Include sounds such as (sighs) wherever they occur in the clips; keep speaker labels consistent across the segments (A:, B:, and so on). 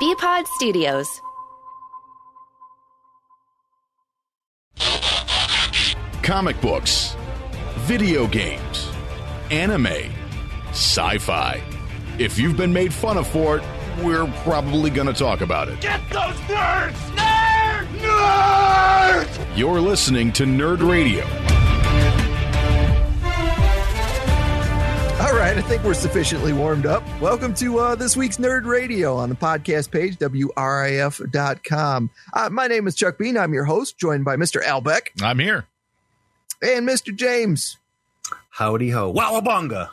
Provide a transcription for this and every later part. A: Bpod Studios.
B: comic books, video games, anime, sci fi. If you've been made fun of for it, we're probably going to talk about it.
C: Get those nerds! Nerd! Nerd!
B: You're listening to Nerd Radio.
D: All right, I think we're sufficiently warmed up. Welcome to uh, this week's Nerd Radio on the podcast page, WRIF.com. Uh, my name is Chuck Bean. I'm your host, joined by Mr. Albeck
B: I'm here.
D: and Mr. James,
E: Howdy ho. Wowabunga.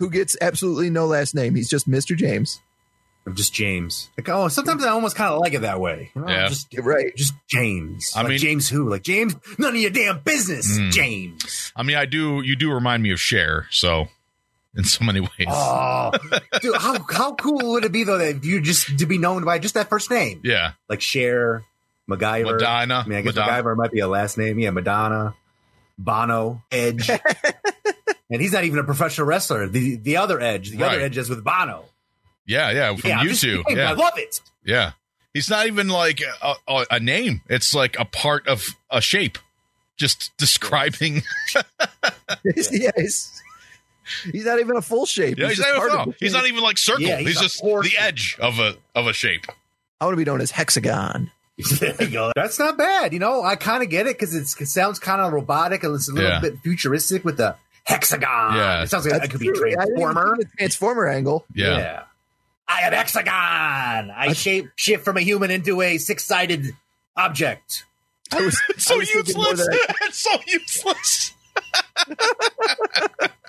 D: who gets absolutely no last name. He's just Mr. James.
E: I'm just James. Like, oh, sometimes I almost kind of like it that way. You know,
B: Yeah.
E: Just,
D: You're right. (laughs)
E: just James.
B: I
E: like
B: mean- Hmm.
E: James who? Like, James, none of your damn business, James.
B: I mean, I do, you do remind me of Cher, so in so many ways. (laughs)
E: Oh, dude, how, how cool would it be, though, that you just to be known by just that first name?
B: yeah.
E: Like Cher, MacGyver.
B: Madonna.
E: I mean, I guess
B: Madonna.
E: MacGyver might be a last name. Yeah, Madonna, Bono,
D: (laughs)
E: Edge. and he's not even a professional wrestler. The the other Edge, the
B: Right.
E: other Edge is with Bono.
B: Yeah, yeah, from
E: yeah, I'm just
B: YouTube.
E: saying, I
B: yeah,
E: love it. (laughs)
B: yeah. He's not even like a, a, a name. It's like a part of a shape. Just describing.
D: yeah, he's, he's not even a full shape.
B: Yeah, he's,
D: just
B: not even,
D: part of
B: no,
D: it.
B: he's not even like circle.
E: Yeah,
B: he's
E: he's a
B: just
E: portion.
B: the edge of a of a shape.
D: I want to be known as Hexagon.
E: There you go. That's not bad. You know, I kind of get it because it sounds kind of robotic and it's a little
B: Yeah.
E: bit futuristic with the hexagon.
B: Yeah.
E: It sounds like
D: That's
E: that could be a
D: true. I didn't even
E: transformer.
D: think of the transformer angle.
B: Yeah.
E: I am hexagon. I shape shift from a human into a six sided object.
D: (laughs)
E: (laughs)
D: I
B: (laughs)
D: was,
B: It's so
D: I was thinking more
B: useless.
D: that I-
B: it's (laughs) so useless. (laughs)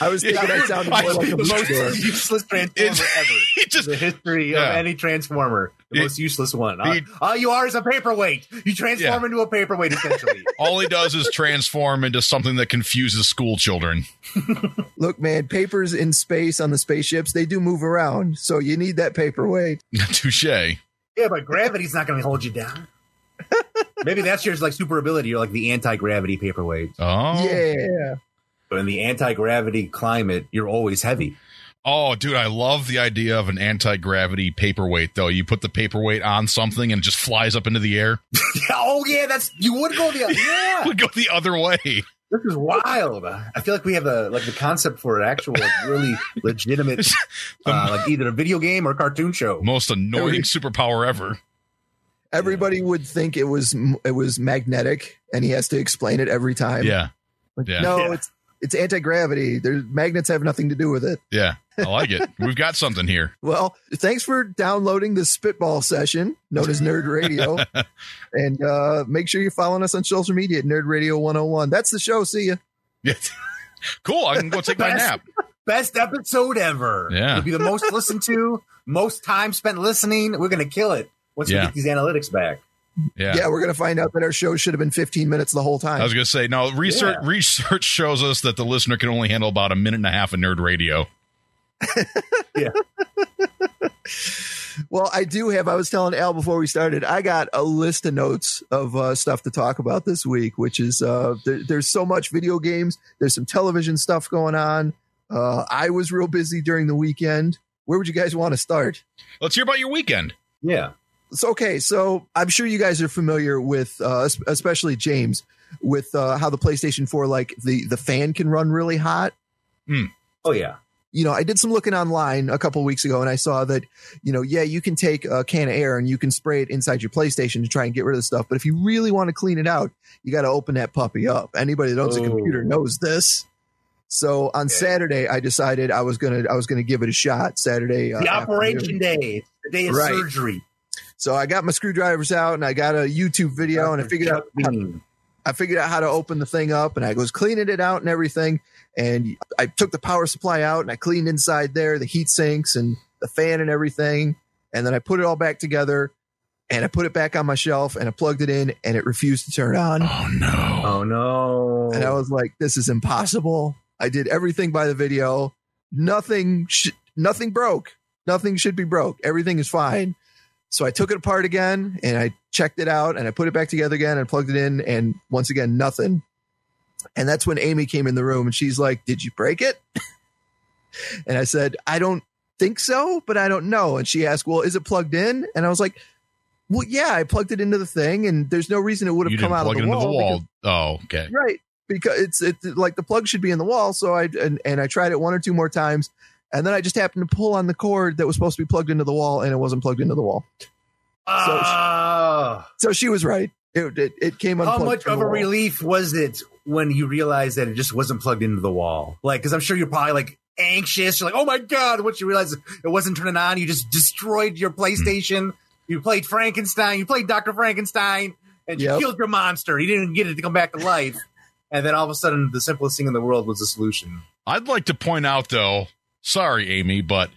D: I was
B: (laughs) Yeah,
D: thinking I sounded
B: I-
D: more like a
B: the most-
D: bookstore.
E: useless transformer
B: It's-
E: ever.
B: It just
E: (laughs) The history
B: Yeah.
E: of any transformer, the
B: It-
E: most useless one. All,
B: He-
E: all you are is a paperweight. You transform
B: Yeah.
E: into a
B: (laughs)
E: paperweight essentially.
B: all he does is transform into something that confuses school children. (laughs)
D: Look, man, papers in space on the spaceships, they do move around. So you need that paperweight.
B: Touche. Oh.
E: Yeah, but gravity's not going to hold you
B: (laughs)
E: down. Maybe that's your like super ability. You're like the anti gravity paperweight.
B: Oh.
D: Yeah.
E: But in the anti gravity climate, you're always heavy. (laughs)
B: Oh, dude, I love the idea of an anti gravity paperweight, though. You put the paperweight on something and it just flies up into the air. (laughs)
E: oh yeah, that's you would go the yeah.
B: Would go the other way.
E: This is wild. I feel like we have a like the concept for an actual like, really
B: (laughs)
E: legitimate uh, like either a video game or cartoon show.
B: Most annoying superpower ever.
D: Everybody would think it was it was magnetic, and he has to explain it every time.
B: Yeah.
D: Like,
B: yeah.
D: No,
E: Yeah.
D: it's it's anti gravity. There's magnets have nothing to do with it.
B: Yeah. I like it. We've got something here. (laughs)
D: Well, thanks for downloading this spitball session known as
B: (laughs)
D: Nerd Radio, and uh, make sure you're following us on social media at Nerd Radio 101. That's the show. See ya.
B: Yeah. cool. I can go take my
E: Best-
B: nap.
E: Best episode ever.
B: Yeah.
E: it'll be the most listened to, most time spent listening. We're gonna kill it once
B: Yeah.
E: we get these analytics back.
B: Yeah.
D: Yeah. we're gonna find out that our show should have been 15 minutes the whole time.
B: I was going to say, no, research,
E: Yeah.
B: research shows us that the listener can only handle about a minute and a half of nerd radio.
D: Well, I do have. I was telling Al before we started, I got a list of notes of uh, stuff to talk about this week, which is uh, there, there's so much video games, there's some television stuff going on. Uh, I was real busy during the weekend. Where would you guys want to start?
B: Let's hear about your weekend.
E: Yeah,
D: So, okay, so I'm sure you guys are familiar with, uh, es- especially James, with uh, how the PlayStation 4, like the the fan can run really hot.
E: oh yeah,
D: you know, I did some looking online a couple weeks ago and I saw that, you know, yeah, you can take a can of air and you can spray it inside your PlayStation to try and get rid of the stuff. But if you really want to clean it out, you got to open that puppy up. Anybody that owns a
E: Oh.
D: computer knows this. So on Saturday, I decided I was going to, I was going to give it a shot Saturday. uh,
E: the
D: afternoon.
E: operation day, the day of
D: Right.
E: surgery.
D: So I got my screwdrivers out and I got a YouTube video and I figured out how I figured out how to open the thing up and I was cleaning it out and everything. And I took the power supply out and I cleaned inside there, the heat sinks and the fan and everything. And then I put it all back together and I put it back on my shelf and I plugged it in and it refused to turn on.
B: Oh, no.
E: Oh no!
D: And I
B: Oh.
D: was like, this is impossible. I did everything by the video. Nothing, sh- nothing broke. Nothing should be broke. Everything is fine. So I took it apart again and I checked it out and I put it back together again and plugged it in. And once again, nothing. And (laughs) that's when Amy came in the room and she's like, did you break it? And I said, I don't, think so, but I don't know. And she asked, well, is it plugged in? And I was like, well, yeah, I plugged it into the thing, and there's no reason it would
B: you
D: have
B: didn't
D: come out of
B: plug
D: the
B: it into
D: wall.
B: the
D: because-
B: wall. Oh, okay.
D: right because it's it like the plug should be in the wall so i and, and i tried it one or two more times and then i just happened to pull on the cord that was supposed to be plugged into the wall and it wasn't plugged into the wall
E: Ah,
D: so she was right it it, it came
E: how
D: unplugged
E: much
D: from
E: of
D: the
E: a
D: wall.
E: relief was it when you realized that it just wasn't plugged into the wall? Like, because I'm sure you're probably like anxious. You're like, oh my god! Once you realize it wasn't turning on, you just destroyed
D: Hmm.
E: your PlayStation. You played Frankenstein. You played Doctor Frankenstein, and you
D: Yep.
E: killed your monster. You didn't get it to come back to
D: (laughs)
E: life. And then all of a sudden, the simplest thing in the world was the solution.
B: I'd like to point out though, sorry, Amy, but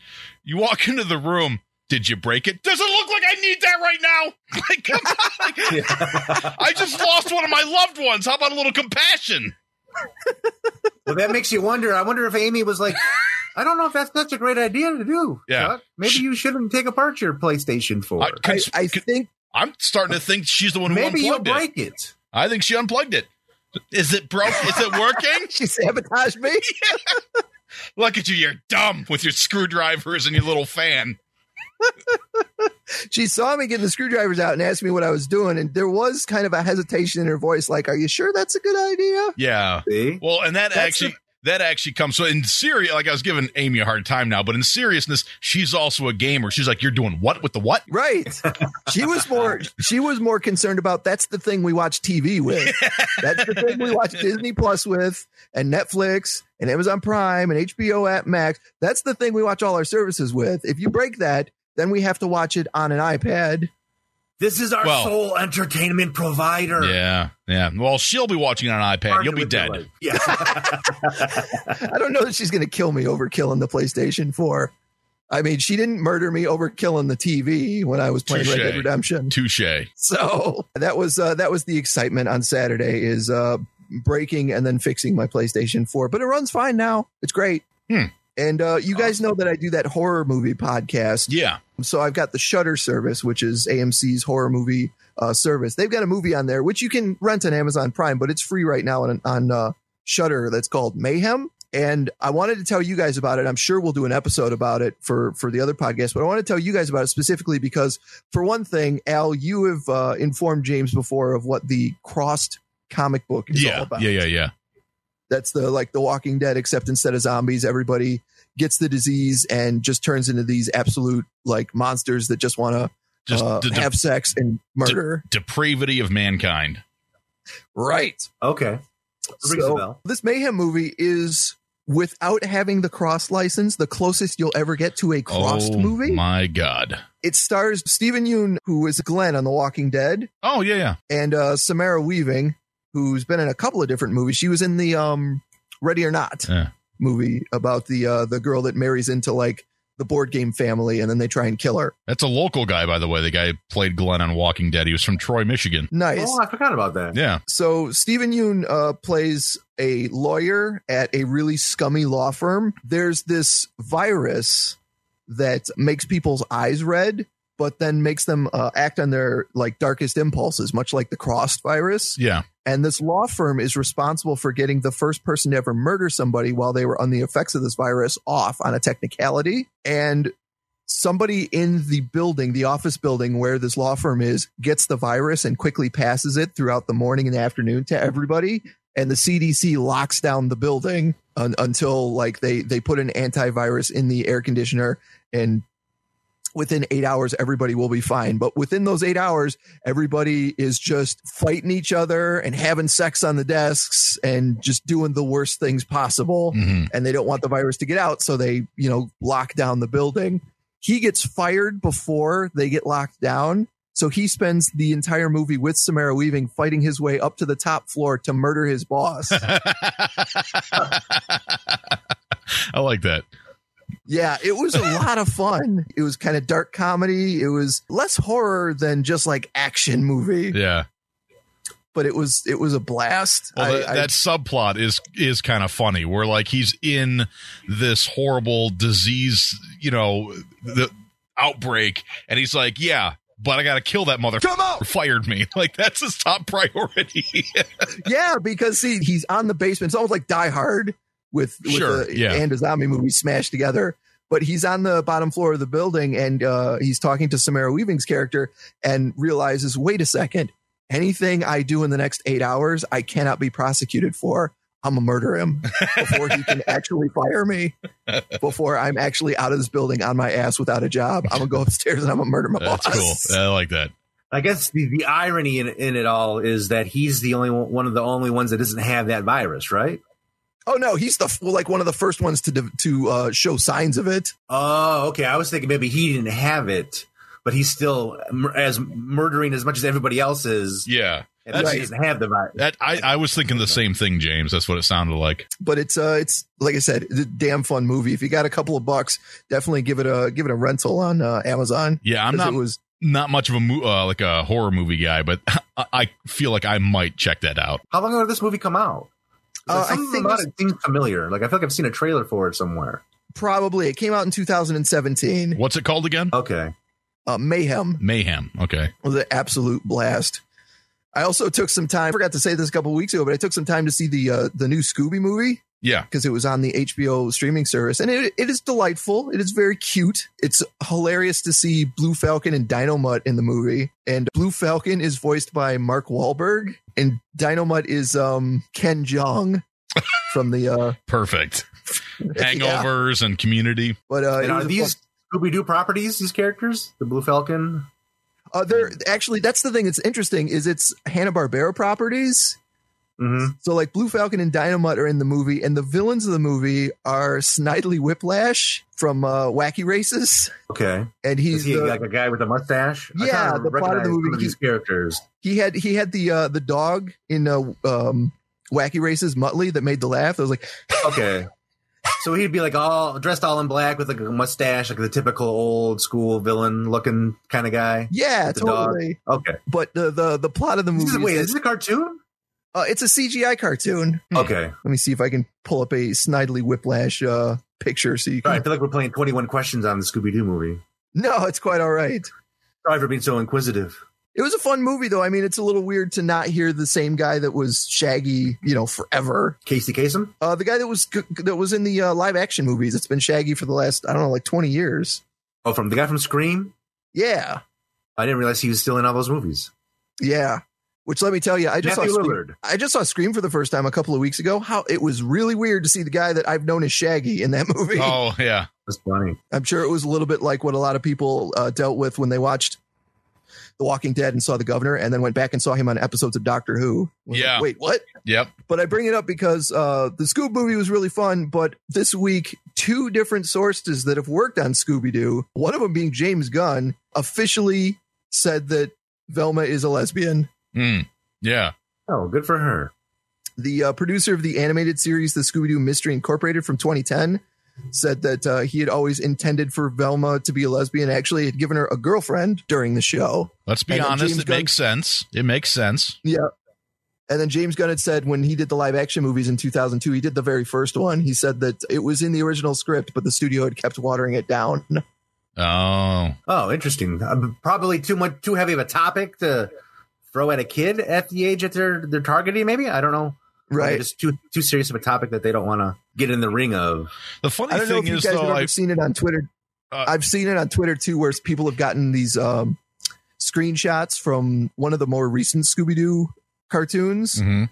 B: you walk into the room. Did you break it? Does it look like I need that right now? (laughs) Like, come on, like, I just lost one of my loved ones. How about a little compassion?
E: (laughs) Well, that makes you wonder. I wonder if Amy was like, I don't know if that's such a great idea to do.
B: Yeah.
E: Chuck. Maybe you shouldn't take apart your PlayStation 4.
B: I,
D: I,
B: cons-
D: I
B: con-
D: think
B: I'm starting to think she's the one who
E: Maybe you'll
B: unplugged it.
E: break it.
B: I think she unplugged it. Is it broke? Is it working?
D: she (laughs) sabotaged me
B: Look at you. You're dumb with your screwdrivers and your little fan.
D: she saw me getting the screwdrivers out and asked me what i was doing and there was kind of a hesitation in her voice like are you sure that's a good idea
B: Yeah.
E: See?
B: Well, and that
D: That's
B: actually that actually comes so in serious. Like I was giving Amy a hard time now, but in seriousness, she's also a gamer. She's like, you're doing what with the what?
D: right she was more she was more concerned about that's the thing we watch tv with that's the thing we watch disney plus with and netflix and amazon prime and hbo at max that's the thing we watch all our services with if you break that then we have to watch it on an ipad
E: This is our
B: Well-
E: sole entertainment provider.
B: Yeah, yeah. Well, she'll be watching it on an iPad.
E: Partner
B: You'll be
E: with your
B: dead.
E: life.
B: (laughs)
E: Yeah.
D: i don't know that she's going to kill me over killing the playstation 4 i mean she didn't murder me over killing the tv when i was playing red
B: Touche.
D: dead redemption
B: Touche.
D: (laughs) so that was uh, that was the excitement on Saturday is uh, breaking and then fixing my PlayStation 4, but it runs fine now. It's great.
B: Hmm.
D: And uh, you guys know that I do that horror movie podcast.
B: Yeah.
D: So I've got the Shutter service, which is AMC's horror movie uh, service. They've got a movie on there which you can rent on Amazon Prime, but it's free right now on on uh, Shutter. That's called Mayhem. And I wanted to tell you guys about it. I'm sure we'll do an episode about it for for the other podcast, but I want to tell you guys about it specifically because, for one thing, Al, you have uh, informed James before of what the crossed comic book is all
B: Yeah.
D: about
B: Yeah. Yeah. Yeah.
D: that's the like the walking dead except instead of zombies everybody gets the disease and just turns into these absolute like monsters that just want to
B: Just
D: uh,
B: the, the
D: have sex and murder
B: depravity of mankind.
D: right
E: okay. Rings a
D: so
E: bell.
D: this mayhem movie is without having the cross license the closest you'll ever get to a crossed
B: oh
D: movie
B: my god.
D: it stars stephen yoon who is glenn on the walking dead
B: Oh yeah. Yeah.
D: and uh samara weaving who's been in a couple of different movies she was in the um ready or not
B: Yeah.
D: movie about the uh the girl that marries into like the board game family and then they try and kill her
B: That's a local guy, by the way. The guy who played Glenn on Walking Dead. He was from Troy, Michigan.
D: nice
E: Oh, I forgot about that.
B: Yeah.
D: so stephen yoon uh plays a lawyer at a really scummy law firm there's this virus that makes people's eyes red but then makes them uh, act on their like darkest impulses much like the crossed virus
B: Yeah.
D: And this law firm is responsible for getting the first person to ever murder somebody while they were on the effects of this virus off on a technicality. And somebody in the building, the office building where this law firm is, gets the virus and quickly passes it throughout the morning and afternoon to everybody. And the CDC locks down the building un- until like they they put an antivirus in the air conditioner and within eight hours everybody will be fine but within those eight hours everybody is just fighting each other and having sex on the desks and just doing the worst things possible
B: Mhm.
D: and they don't want the virus to get out so they you know lock down the building he gets fired before they get locked down so he spends the entire movie with Samara Weaving fighting his way up to the top floor to murder
B: (laughs)
D: his boss.
B: I like that.
D: Yeah, it was a lot of fun. It was kind of dark comedy. It was less horror than just like action movie,
B: Yeah.
D: but it was it was a blast.
B: Well,
D: I-
B: that,
D: I-
B: that subplot is is kind of funny. Where like he's in this horrible disease, you know, the outbreak, and he's like, "Yeah, but I got to kill that (laughs) motherfucker."
D: Come out!
B: Fired me. (laughs) Like that's his top
D: (laughs)
B: priority.
D: Yeah, because see, he's on the basement. It's almost like Die Hard with, with
B: Sure,
D: a,
B: yeah.
D: and a zombie movie smashed together. But he's on the bottom floor of the building and uh, he's talking to Samara Weaving's character and realizes, wait a second, anything I do in the next eight hours, I cannot be prosecuted for. I'm gonna murder him before he can actually fire me. Before I'm actually out of this building on my ass without a job, I'm gonna go upstairs and I'm gonna murder my
B: That's
D: boss.
B: cool. I like that.
E: I guess the, the irony in, in it all is that he's the only one, one of the only ones that doesn't have that virus, right?
D: Oh no, he's the well, like one of the first ones to de- to uh, show signs of it.
E: Oh, okay. I was thinking maybe he didn't have it, but he's still mur- as murdering as much as everybody else is.
B: Yeah.
E: and thus he
B: That's-
E: doesn't have the virus.
B: That I, I was thinking the same thing, James. That's what it sounded like.
D: But it's uh, it's like I said, it's a damn fun movie. If you got a couple of bucks, definitely give it a give it a rental on uh, Amazon.
B: Yeah, I'm
D: 'Cause
B: not
D: It was
B: not much of a mo- uh, like a horror movie guy, but (laughs) I, I feel like I might check that out.
E: How long ago did this movie come out?
D: Uh, I
E: I think
D: think
E: about
D: it's-
E: it seems familiar. Like I feel like I've seen a trailer for it somewhere.
D: probably it came out in 2017.
B: What's it called again?
E: Okay.
D: Uh, Mayhem.
B: Mayhem. Okay.
D: was an absolute blast. I also took some time. I forgot to say this a couple weeks ago, but I took some time to see the uh, the new Scooby movie
B: Yeah.
D: because it was on the HBO streaming service, and it, it is delightful. It is very cute. It's hilarious to see Blue Falcon and Dino Mutt in the movie, and Blue Falcon is voiced by Mark Wahlberg, and Dino Mutt is um, Ken Jeong (laughs) from the uh,
B: Perfect.
D: (laughs) yeah.
B: Hangovers and community.
D: But uh, it
E: and
D: was
E: are
D: a
E: these Scooby Doo properties? These characters, the Blue Falcon.
D: fun- uh, they're actually that's the thing that's interesting is it's Hanna Barbera properties.
E: Mm-hmm.
D: So like Blue Falcon and Dynamite are in the movie, and the villains of the movie are Snidely Whiplash from uh, Wacky Races,
E: Okay.
D: and
E: Is
D: he's
E: he
D: the,
E: like a guy with a mustache? I
D: Yeah,
E: kinda
D: the plot of the
E: recognize some
D: movie,
E: these characters.
D: he had he had the uh, the dog in uh, um, Wacky Races Muttley that made the laugh. I was like,
E: Okay.
D: (laughs)
E: So he'd be like all dressed all in black with like a mustache, like the typical old school villain looking kind of guy.
D: yeah,
E: The dog.
D: totally.
E: Okay.
D: But the the the plot of the movie
E: This is,
D: is
E: wait,
D: that-
E: is this a cartoon?
D: uh, it's a CGI cartoon.
E: Okay.
D: Let me see if I can pull up a Snidely Whiplash uh, picture so you can.
E: Sorry, I feel like we're playing 21 questions on the Scooby Doo movie.
D: (laughs) No, it's quite all right.
E: Sorry for being so inquisitive.
D: It was a fun movie though. I mean, it's a little weird to not hear the same guy that was Shaggy, you know, forever.
E: Casey Kasem?
D: Uh, the guy that was that was in the uh, live action movies. It's been Shaggy for the last I don't know, like twenty years.
E: Oh, from the guy from Scream?
D: Yeah,
E: I didn't realize he was still in all those movies.
D: yeah. Which let me tell you, I just
E: Matthew
D: saw Scream,
E: Lillard.
D: I just saw Scream for the first time a couple of weeks ago. How it was really weird to see the guy that I've known as Shaggy in that (laughs) movie.
B: Oh yeah.
E: That's funny.
D: I'm sure it was a little bit like what a lot of people uh, dealt with when they watched The Walking Dead and saw The Governor, and then went back and saw him on episodes of Doctor Who. Was like,
B: Yeah.
D: Wait, what?
B: Yep.
D: But I bring it up because uh, the Scoob movie was really fun. But this week, two different sources that have worked on Scooby Doo, one of them being James Gunn, officially said that Velma is a lesbian.
B: Mm. Yeah.
E: Oh, good for her.
D: The uh, producer of the animated series, The Scooby Doo Mystery Incorporated from 2010, said that uh, he had always intended for Velma to be a lesbian. Actually, had given her a girlfriend during the show.
B: Let's be
D: And then
B: honest.
D: James
B: It
D: Gunn-
B: makes sense. It makes sense.
D: And then James Gunn had said when he did the live action movies in 2002, he did the very first one. He said that it was in the original script, but the studio had kept watering it down. (laughs)
B: Oh.
E: Oh, interesting. Um, probably too much, too heavy of a topic to throw at a kid at the age that they're they're targeting. Maybe I don't know. Maybe
D: Right.
E: Just too too serious of a topic that they don't want to get in the ring of.
B: The funny
D: I don't know
B: thing
D: if you
B: is
D: guys have
B: though,
D: ever
B: I,
D: seen it on Twitter.
B: Uh,
D: I've seen it on Twitter too, where people have gotten these um, screenshots from one of the more recent Scooby Doo cartoons.
B: Mhm.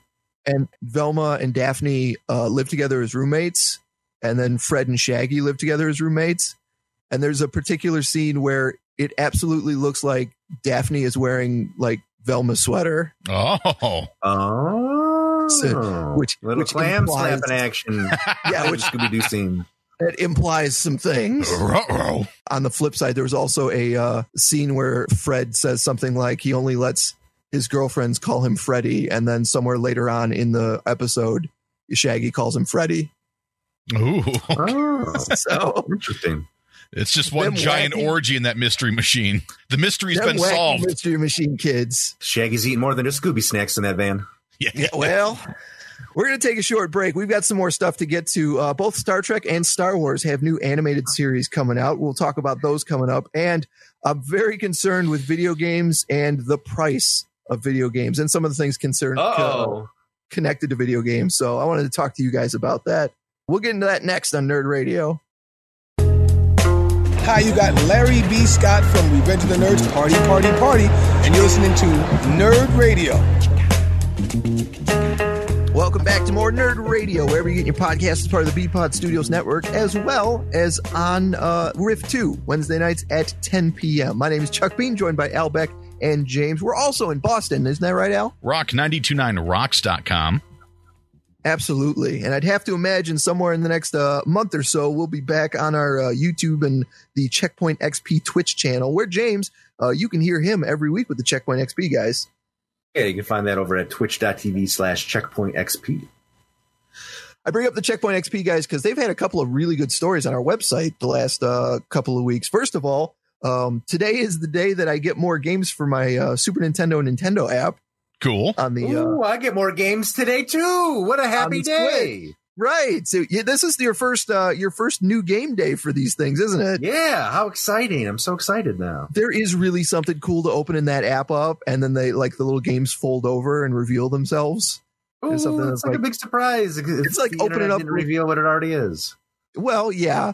D: And Velma and Daphne uh, live together as roommates. And then Fred and Shaggy live together as roommates. And there's a particular scene where it absolutely looks like Daphne is wearing like Velma's sweater.
B: oh
E: Oh,
D: So, which-
E: little
D: which
E: clam
D: implies-
E: slap in action?
D: (laughs) Yeah, which
E: Scooby Doo scene.
D: (laughs) it implies some things.
B: Ruh-roh.
D: on the flip side, there was also a uh, scene where Fred says something like he only lets his girlfriends call him Freddy, and then somewhere later on in the episode, Shaggy calls him Freddy.
B: Ooh.
E: Oh,
D: (laughs) So
E: interesting.
B: It's just one
D: Them
B: giant
D: wacky-
B: orgy in that mystery machine. The mystery's
D: them
B: been
D: wacky
B: solved.
D: Mystery Machine kids.
E: Shaggy's eating more than just Scooby snacks in that van.
D: Yeah, well, we're going to take a short break. We've got some more stuff to get to. Uh, both Star Trek and Star Wars have new animated series coming out. We'll talk about those coming up. And I'm very concerned with video games and the price of video games and some of the things concerned
E: Oh,
D: connected to video games. So I wanted to talk to you guys about that. We'll get into that next on Nerd Radio.
F: how you got Larry B. Scott from Revenge of the Nerds Party, Party, Party, and you're listening to Nerd Radio.
D: Welcome back to more Nerd Radio, wherever you get your podcast is part of the Pod Studios Network, as well as on uh, Riff 2, Wednesday nights at 10 p.m. My name is Chuck Bean, joined by Al Beck and James. We're also in Boston, isn't that right, Al?
B: Rock 929rocks.com.
D: Absolutely. And I'd have to imagine somewhere in the next uh, month or so, we'll be back on our uh, YouTube and the Checkpoint XP Twitch channel, where James, uh, you can hear him every week with the Checkpoint XP guys.
E: Yeah, you can find that over at twitch.tv slash checkpoint XP.
D: I bring up the Checkpoint XP guys because they've had a couple of really good stories on our website the last uh, couple of weeks. First of all, um, today is the day that I get more games for my uh, Super Nintendo and Nintendo app
B: Cool.
D: on the. Uh,
E: Ooh, I get more games today too. What a happy
D: the
E: day.
D: Right, so yeah, this is your first uh, your first new game day for these things, isn't it?
E: Yeah, how exciting. I'm so excited now.
D: there is really something cool to opening that app up and then they like the little games fold over and reveal themselves.
E: Ooh,
D: There's
E: it's
D: something
E: like,
D: that's
E: a
D: like-
E: big surprise. It's
D: like
E: the
D: opening
E: internet
D: up
E: didn't
D: with-
E: reveal what it already is.
D: Well, yeah.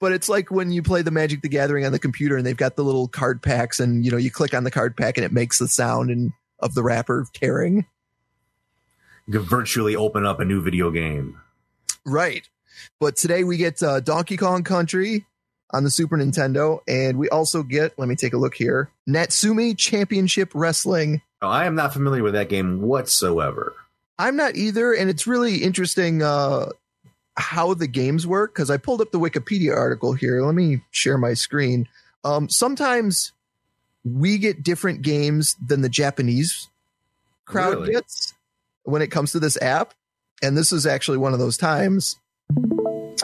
D: But it's like when you play the Magic the Gathering on the computer and they've got the little card packs and you know you click on the card pack and it makes the sound and of the wrapper tearing.
E: You can virtually open up a new video game.
D: Right. But today we get uh, Donkey Kong Country on the Super Nintendo and we also get let me take a look here. Natsumi Championship Wrestling
E: Now, I am not familiar with that game whatsoever.
D: I'm not either, and it's really interesting uh, how the games work because I pulled up the Wikipedia article here. Let me share my screen. Um, sometimes we get different games than the Japanese crowd
E: Really?
D: gets when it comes to this app, and this is actually one of those times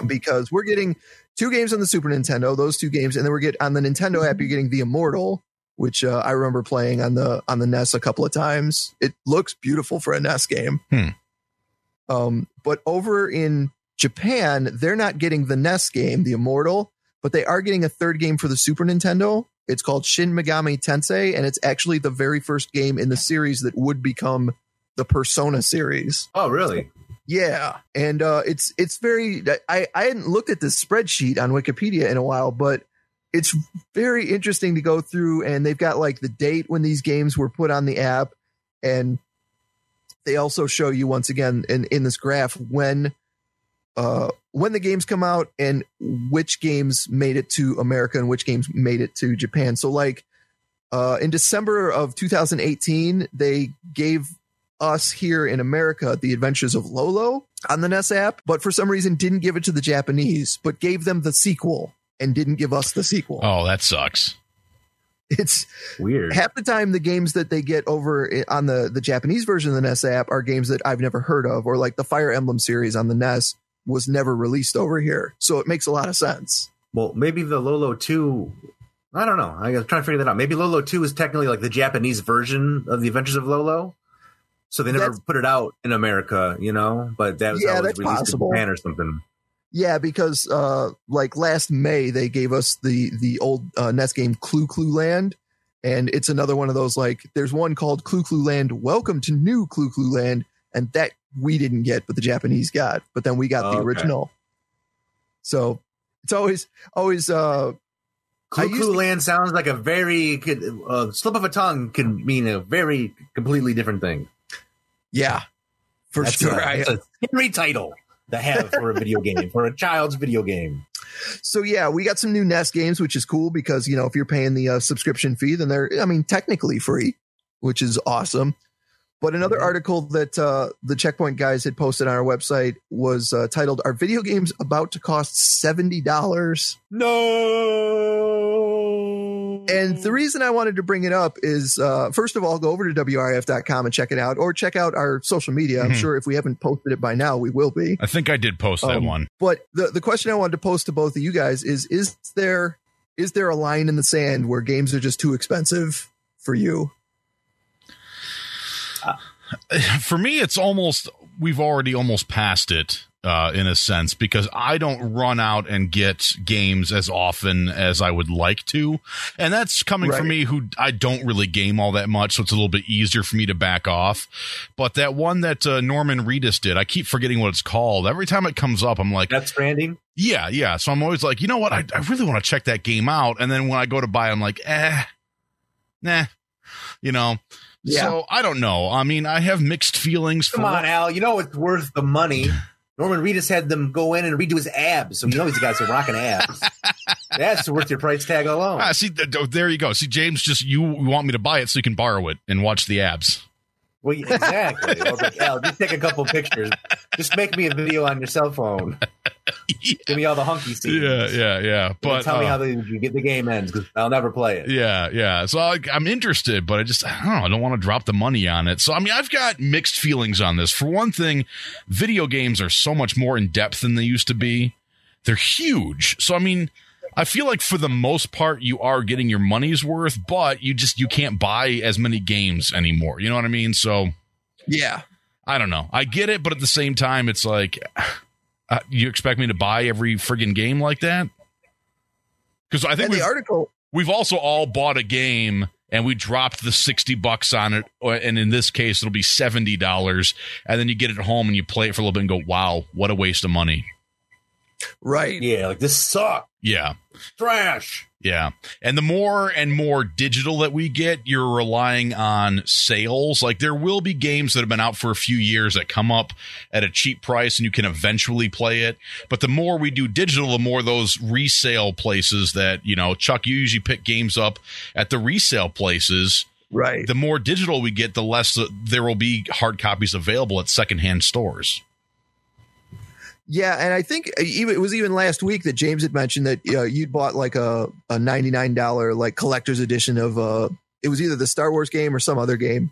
D: because we're getting two games on the Super Nintendo, those two games, and then we're get on the Nintendo app. You're getting the Immortal. Which uh, I remember playing on the on the NES a couple of times. It looks beautiful for a NES game. Um, but over in Japan, they're not getting the NES game, the Immortal, but they are getting a third game for the Super Nintendo. It's called Shin Megami Tensei, and it's actually the very first game in the series that would become the Persona series.
E: Oh, really?
D: Yeah, and uh, it's it's very. I I hadn't looked at this spreadsheet on Wikipedia in a while, but it's very interesting to go through. And they've got like the date when these games were put on the app, and they also show you once again in in this graph when uh when the games come out and which games made it to America and which games made it to Japan. So like uh in December of 2018, they gave us here in America the Adventures of Lolo on the NES app, but for some reason didn't give it to the Japanese, but gave them the sequel and didn't give us the sequel.
B: Oh, that sucks.
D: It's
E: Weird.
D: half the time the games that they get over i- on the the Japanese version of the NES app are games that I've never heard of, or like the Fire Emblem series on the NES was never released over here. So it makes a lot of sense.
E: Well, maybe the Lolo 2. I don't know. I was trying to figure that out. Maybe Lolo 2 is technically like the Japanese version of The Adventures of Lolo. So they never
D: That's-
E: put it out in America, you know? But that was
D: Yeah,
E: how it was
D: that's
E: released
D: possible.
E: in Japan or something.
D: Yeah, because uh, like last May they gave us the the old uh, NES game Clue Clue Land, and it's another one of those like there's one called Clue Clue Land. Welcome to New Clue Clue Land, and that we didn't get, but the Japanese got. But then we got the
E: Okay.
D: original. So it's always always uh, I
E: Clue
D: used
E: Clue
D: to-
E: Land sounds like a very could- uh, slip of a tongue can mean a very completely different thing.
D: yeah, for
E: That's
D: sure.
E: a,
D: I-
E: that's a scary title to have for a video game, for a child's video game.
D: So yeah, we got some new NES games, which is cool because you know if you're paying the uh, subscription fee, then they're I mean technically free, which is awesome. But another
E: Mm-hmm.
D: article that uh, the Checkpoint guys had posted on our website was uh, titled "Are video games about to cost seventy dollars?"
E: No.
D: And the reason I wanted to bring it up is, uh, first of all, go over to wrf.com and check it out, or check out our social media. I'm
E: Mm-hmm.
B: Mhm.
D: sure if we haven't posted it by now, we will be.
B: I think I did post that
D: Um,
B: one.
D: But the, the question I wanted to pose to both of you guys is is there is there a line in the sand where games are just too expensive for you?
B: (laughs) For me, it's almost, we've already almost passed it. uh, in a sense because I don't run out and get games as often as I would like to, and that's coming from
D: Right.
B: me who I don't really game all that much, so it's a little bit easier for me to back off. But that one that uh, Norman Reedus did, I keep forgetting what it's called. Every time it comes up, I'm like,
E: Death Stranding.
B: yeah, yeah. So I'm always like, you know what? I, I really want to check that game out. And then when I go to buy, I'm like, eh, nah, you know. So I don't know. I mean, I have mixed feelings.
E: Come on, Al. You know it's worth the money. Norman Reedus had them go in and redo his abs, so you know these guys are rocking
D: (laughs)
E: abs. That's worth your price tag alone.
B: Ah, see, th- th- there you go. See, James, just you want me to buy it so you can borrow it and watch the abs.
E: Well, yeah, exactly. I was like, Al, just take a couple pictures. Just make me a video on your cell
D: (laughs)
E: phone. Give me all the hunky scenes.
B: Yeah, yeah, yeah.
E: But,
B: But
E: tell me
B: uh,
E: how the, you get the game ends because I'll never play it.
B: Yeah, yeah. So I, I'm interested, but I just I don't know. I don't want to drop the money on it. So I mean, I've got mixed feelings on this. For one thing, video games are so much more in depth than they used to be. They're huge. So I mean, I feel like for the most part, you are getting your money's worth, but you just you can't buy as many games anymore. You know what I mean? So
D: Yeah.
B: I don't know. I get it, but at the same time, it's like (sighs) uh, you expect me to buy every friggin' game like that. Because I think
D: And
B: we
D: the article
B: we've also all bought a game and we dropped the 60 bucks on it or- and in this case it'll be $70 and then you get it home and you play it for a little bit and go wow what a waste of money
D: right.
E: Yeah, like this sucks.
B: yeah
E: Trash.
B: yeah and the more and more digital that we get you're relying on sales like there will be games that have been out for a few years that come up at a cheap price and you can eventually play it but the more we do digital the more those resale places that you know chuck you usually pick games up at the resale places
D: Right.
B: the more digital we get, the less uh, there will be hard copies available at secondhand stores.
D: Yeah, and I think uh, even it was even last week that James had mentioned that uh, you'd bought like a a ninety nine dollar like collector's edition of uh it was either the Star Wars game or some other game,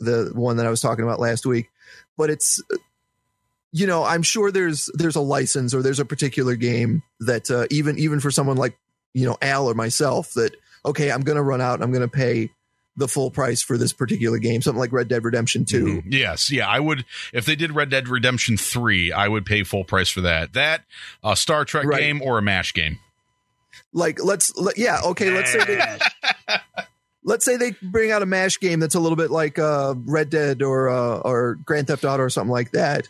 D: the one that I was talking about last week. But it's uh, you know I'm sure there's there's a license or there's a particular game that uh, even even for someone like you know Al or myself that okay I'm gonna run out and I'm gonna pay the full price for this particular game something like Red Dead Redemption 2
B: Mhm. Yes, yeah, I would if they did Red Dead Redemption 3, I would pay full price for that. That a Star Trek
D: Right.
B: game or a MASH game.
D: like let's let, yeah okay let's say they,
E: (laughs)
D: let's say they bring out a mash game that's a little bit like uh red dead or uh or grand theft auto or something like that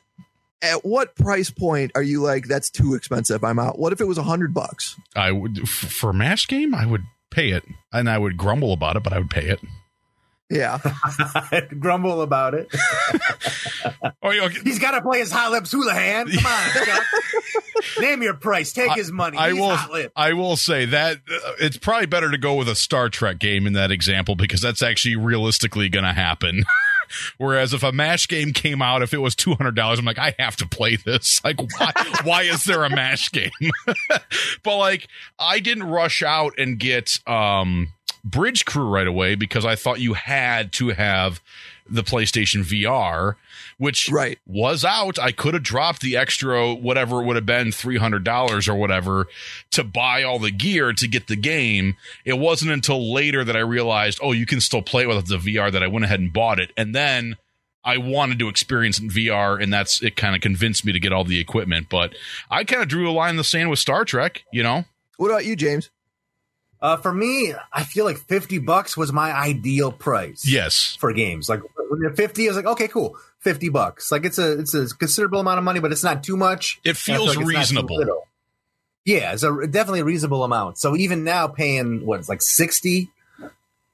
D: at what price point are you like that's too expensive i'm out what if it was a hundred bucks
B: I would f- for a MASH game, I would pay it and I would grumble about it, but I would pay it.
D: (laughs) yeah
E: Grumble about it.
B: Oh, yeah, okay.
E: He's got to play his hot lips Houlihan. Come
B: (laughs)
E: on, Chuck. Name your price. Take his money.
B: I
E: He's
B: will.
E: hot lip.
B: I will say that uh, it's probably better to go with a Star Trek game in that example because that's actually realistically going to happen. (laughs) Whereas if a Mash game came out, if it was two hundred dollars, I'm like, I have to play this. (laughs) Like, why? why is there a Mash game? (laughs) but like, I didn't rush out and get um, Bridge Crew right away because I thought you had to have the PlayStation VR, which
D: right
B: was out, I could have dropped the extra whatever it would have been three hundred dollars or whatever to buy all the gear to get the game. It wasn't until later that I realized, oh, you can still play with the VR that I went ahead and bought it, and then I wanted to experience it in VR, and that's it. Kind of convinced me to get all the equipment, but I kind of drew a line in the sand with Star Trek. You know,
D: what about you james
E: Uh, for me, I feel like 50 bucks was my ideal price.
B: yes,
E: for games. Like when they're 50, I was like, okay, cool. 50 bucks. Like it's a it's a considerable amount of money, but it's not too much.
B: It feels
E: And I feel it's not too
B: reasonable.
E: little. Yeah, it's a definitely a reasonable amount. So even now paying what it's like 60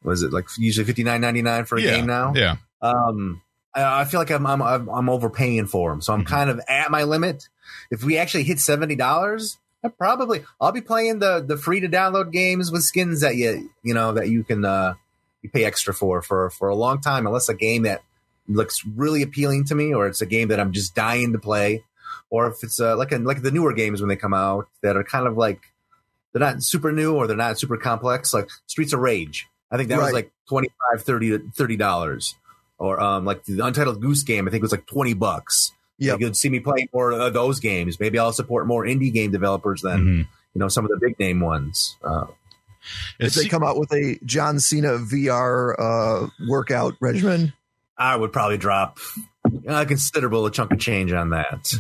E: was it like usually 59.99 for a
B: yeah,
E: game now?
B: yeah,
E: Um I I feel like I'm I'm I'm I'm overpaying for them. So I'm kind of at my limit. If we actually hit $70, I probably I'll be playing the the free to download games with skins that you you know that you can uh you pay extra for for for a long time unless a game that looks really appealing to me or it's a game that I'm just dying to play or if it's uh, like a, like the newer games when they come out that are kind of like they're not super new or they're not super complex like Streets of Rage I think that was
D: Right.
E: like 25 30 30 dollars or um like the Untitled Goose Game I think was like 20 bucks
D: Yep.
E: you'd see me playing more of those games maybe I'll support more indie game developers than
B: Mhm.
E: you know some of the big name ones uh,
D: if
B: It's-
D: they come out with a john cena vr uh workout regimen
E: I would probably drop a considerable chunk of change on that.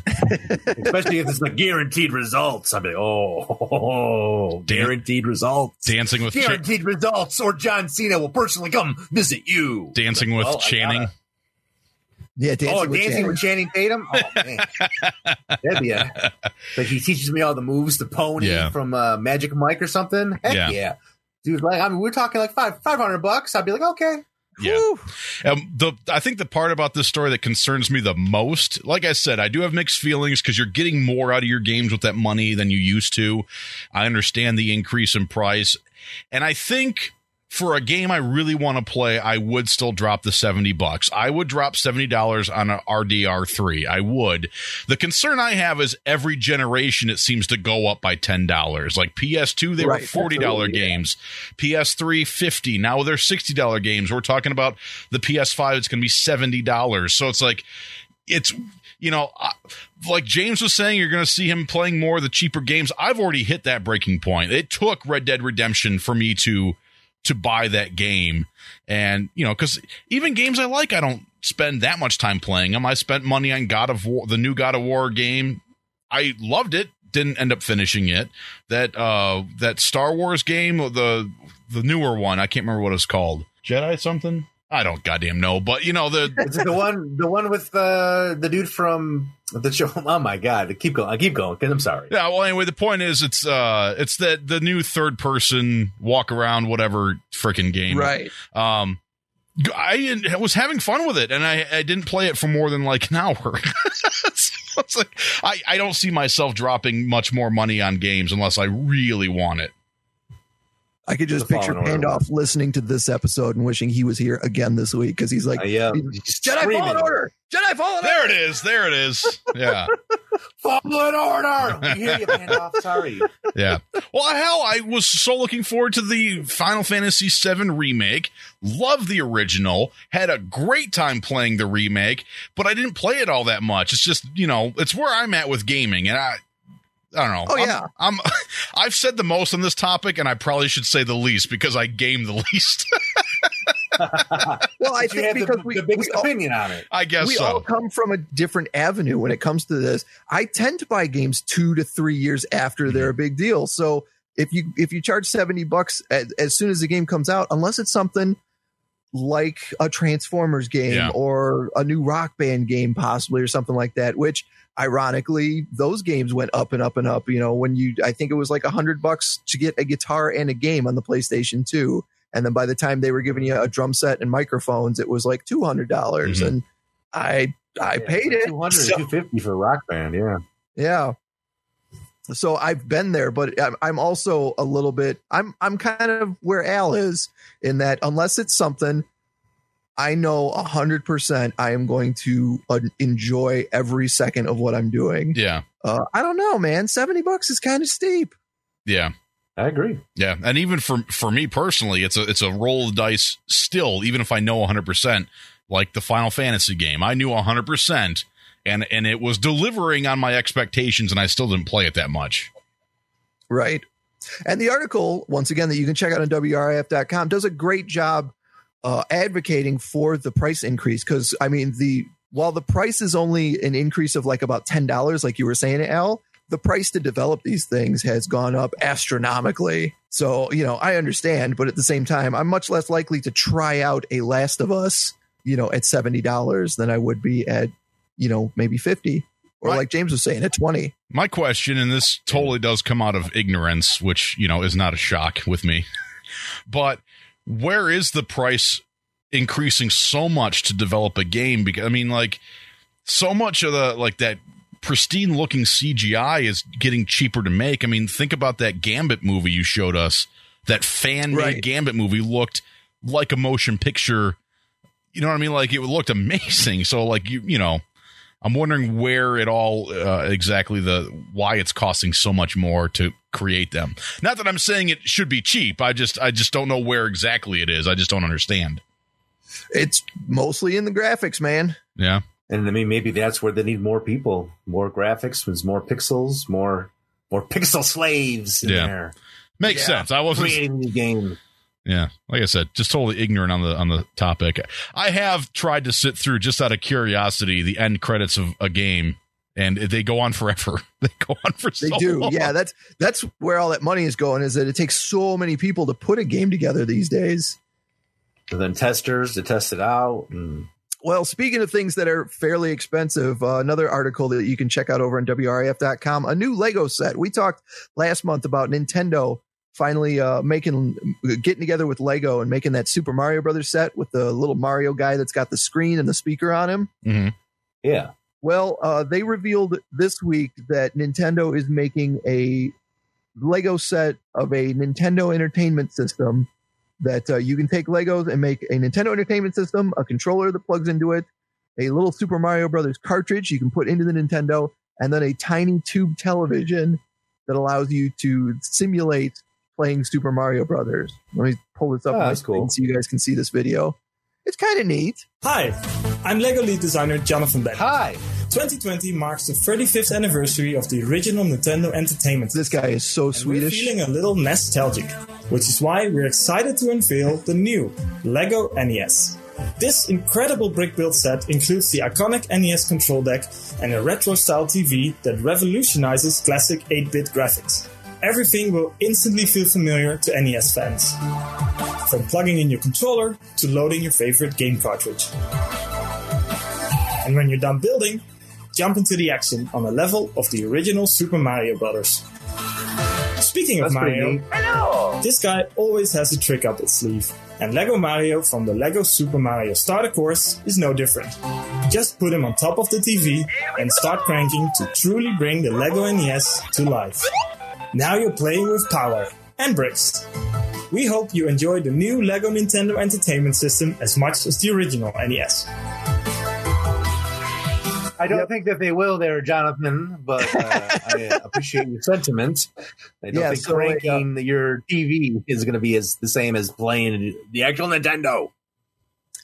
E: Especially if it's like guaranteed results. I'd be like, oh,
B: Dan-
E: (laughs) guaranteed results.
B: Dancing with Cha-
E: guaranteed results, or John Cena will personally come visit you.
B: Dancing with
E: Well, I gotta-
B: Channing.
D: Yeah, dancing
E: oh,
D: with
E: dancing
D: Channing.
E: with Channing Tatum. Oh man, that'd be a, like he teaches me all the moves to Pony
B: Yeah.
E: from uh, Magic Mike or something. Heck
B: Yeah.
E: yeah. dude. Like I mean, we're talking like five five hundred bucks. I'd be like, okay,
B: Yeah. Um, the I think the part about this story that concerns me the most, like I said, I do have mixed feelings because you're getting more out of your games with that money than you used to. I understand the increase in price, and I think for a game I really want to play, I would still drop the seventy bucks. I would drop seventy dollars on a RDR three. I would. The concern I have is every generation it seems to go up by ten dollars. Like PS2, they
D: Right,
B: were forty dollar
D: absolutely, yeah.
B: games. PS3 50. Now they're sixty dollar games. We're talking about the PS5. It's going to be seventy dollars. So it's like it's you know I- like James was saying, you're going to see him playing more of the cheaper games. I've already hit that breaking point. It took Red Dead Redemption for me to to buy that game, and you know because even games I like, I don't spend that much time playing them. I spent money on God of War, the new God of War game. I loved it. Didn't end up finishing it. That uh that Star Wars game, the the newer one, I can't remember what it's called. Jedi something? I don't goddamn know. But you know the
E: Is it the one the one with the the dude from the show. (laughs) Oh my god, keep going, I keep going because I'm sorry.
B: Yeah, well anyway, the point is it's uh it's that the new third person walk around whatever freaking game.
D: Right.
B: Um I I was having fun with it and I, I didn't play it for more than like an (laughs) hour. so it's like I, I don't see myself dropping much more money on games unless I really want it.
D: I could just
E: The
D: picture
E: Fallen Order.
D: Pandolf listening to this episode and wishing he was here again this week because he's like,
E: Uh, yeah,
D: Jedi Fallen Order! Jedi Fallen
B: There it is. There it is. Yeah.
E: Fallen Order. We hear you, Pandolf.
D: (laughs)
E: Sorry.
B: Yeah. (laughs) Well, hell, I was so looking forward to the Final Fantasy VII remake. Loved the original. Had a great time playing the remake, but I didn't play it all that much. It's just you know, it's where I'm at with gaming, and I. I don't know.
D: Oh,
B: I'm-
E: (laughs)
D: yeah.
B: I'm, (laughs) I've said the most on this topic, and I probably should say the least because I game the (laughs) least.
D: Well, I
E: you
D: think
E: have
D: because
E: the,
D: we,
E: the
D: we
E: biggest
D: all,
E: opinion on it.
B: I guess
D: we
B: so.
D: all come from a different avenue when it comes to this. I tend to buy games two to three years after
B: Mm-hmm.
D: they're a big deal. So if you if you charge seventy bucks as, as soon as the game comes out, unless it's something like a Transformers game
B: Yeah.
D: or a new Rock Band game, possibly or something like that, which ironically those games went up and up and up you know when you i think it was like a hundred bucks to get a guitar and a game on the playstation 2 and then by the time they were giving you a drum set and microphones it was like $200 dollars
B: Mhm.
D: and i i paid it
E: 200
D: So-
E: 250 for rock band yeah
D: yeah so i've been there but I'm, I'm also a little bit i'm i'm kind of where al is in that unless it's something i know 100% i am going to uh, enjoy every second of what i'm doing
B: yeah.
D: uh, I don't know, man. Seventy bucks is kind of steep.
B: Yeah.
E: i agree
B: Yeah, and even for for me personally, it's a it's a roll of the dice still, even if I know 100 percent. Like the Final Fantasy game, I knew 100 percent, and and it was delivering on my expectations, and I still didn't play it that much.
D: Right. And the article, once again, that you can check out on WRIF.com does a great job uh, advocating for the price increase. Because, I mean, the while the price is only an increase of like about $10, like you were saying, Al, the price to develop these things has gone up astronomically. So, you know, I understand, but at the same time, I'm much less likely to try out a Last of Us, you know, at $70 than I would be at, you know, maybe 50 or
B: Right.
D: like James was saying, at 20.
B: My question, and this totally does come out of ignorance, which you know is not a shock with me, but where is the price increasing so much to develop a game? Because I mean, like so much of the like that pristine looking CGI is getting cheaper to make. I mean, think about that Gambit movie you showed us. That fan made
D: Right.
B: Gambit movie looked like a motion picture. You know what I mean? Like it looked amazing. So like you you know, I'm wondering where it all uh, exactly the why it's costing so much more to create them. Not that I'm saying it should be cheap. I just I just don't know where exactly it is. I just don't understand.
D: It's mostly in the graphics, man.
B: Yeah.
E: and i mean maybe that's where they need more people more graphics means more pixels more (laughs) more pixel slaves in
B: Yeah.
E: there
B: Makes
D: Yeah.
B: sense. I wasn't
E: creating the game
B: Yeah, like I said, just totally ignorant on the on the topic. I have tried to sit through just out of curiosity the end credits of a game, and they go on forever. (laughs) They go on for
D: They
B: so
D: do. (laughs)
B: long.
D: Yeah, that's that's where all that money is going is that it takes so many people to put a game together these days.
G: And then testers to test it out. And
D: Well, speaking of things that are fairly expensive, uh, another article that you can check out over on WRAF.com, a new Lego set. We talked last month about Nintendo finally uh, making getting together with Lego and making that Super Mario Brothers set with the little Mario guy that's got the screen and the speaker on him.
B: Mhm.
G: yeah.
D: Well, uh, they revealed this week that Nintendo is making a Lego set of a Nintendo Entertainment System that uh, you can take Legos and make a Nintendo Entertainment System, a controller that plugs into it, a little Super Mario Brothers cartridge you can put into the Nintendo, and then a tiny tube television that allows you to simulate playing Super Mario Brothers. Let me pull this up
G: Oh,
D: on my
G: that's
D: screen
G: cool.
D: so you guys can see this video. It's kind of neat.
H: Hi, I'm LEGO lead designer Jonathan Beck.
E: Hi.
H: 2020 marks the 35th anniversary of the original Nintendo Entertainment.
D: This guy is so
H: and we're
D: Swedish.
H: feeling a little nostalgic, which is why we're excited to unveil the new LEGO NES. This incredible brick build set includes the iconic NES control deck and a retro style TV that revolutionizes classic 8 bit graphics. Everything will instantly feel familiar to NES fans. From plugging in your controller to loading your favorite game cartridge. And when you're done building, jump into the action on a level of the original Super Mario Brothers. Speaking of
G: That's pretty
H: Mario,
G: neat.
H: this guy always has a trick up his sleeve, and Lego Mario from the Lego Super Mario Starter Course is no different. Just put him on top of the TV and start cranking to truly bring the Lego NES to life. Now you're playing with power and bricks. We hope you enjoy the new Lego Nintendo Entertainment System as much as the original E NES.
E: I don't think that they will there, Jonathan, but (laughs) uh, I appreciate your sentiment. I don't
D: Yeah,
E: think
D: so, like,
E: cranking your TV is going to be as the same as playing the actual Nintendo.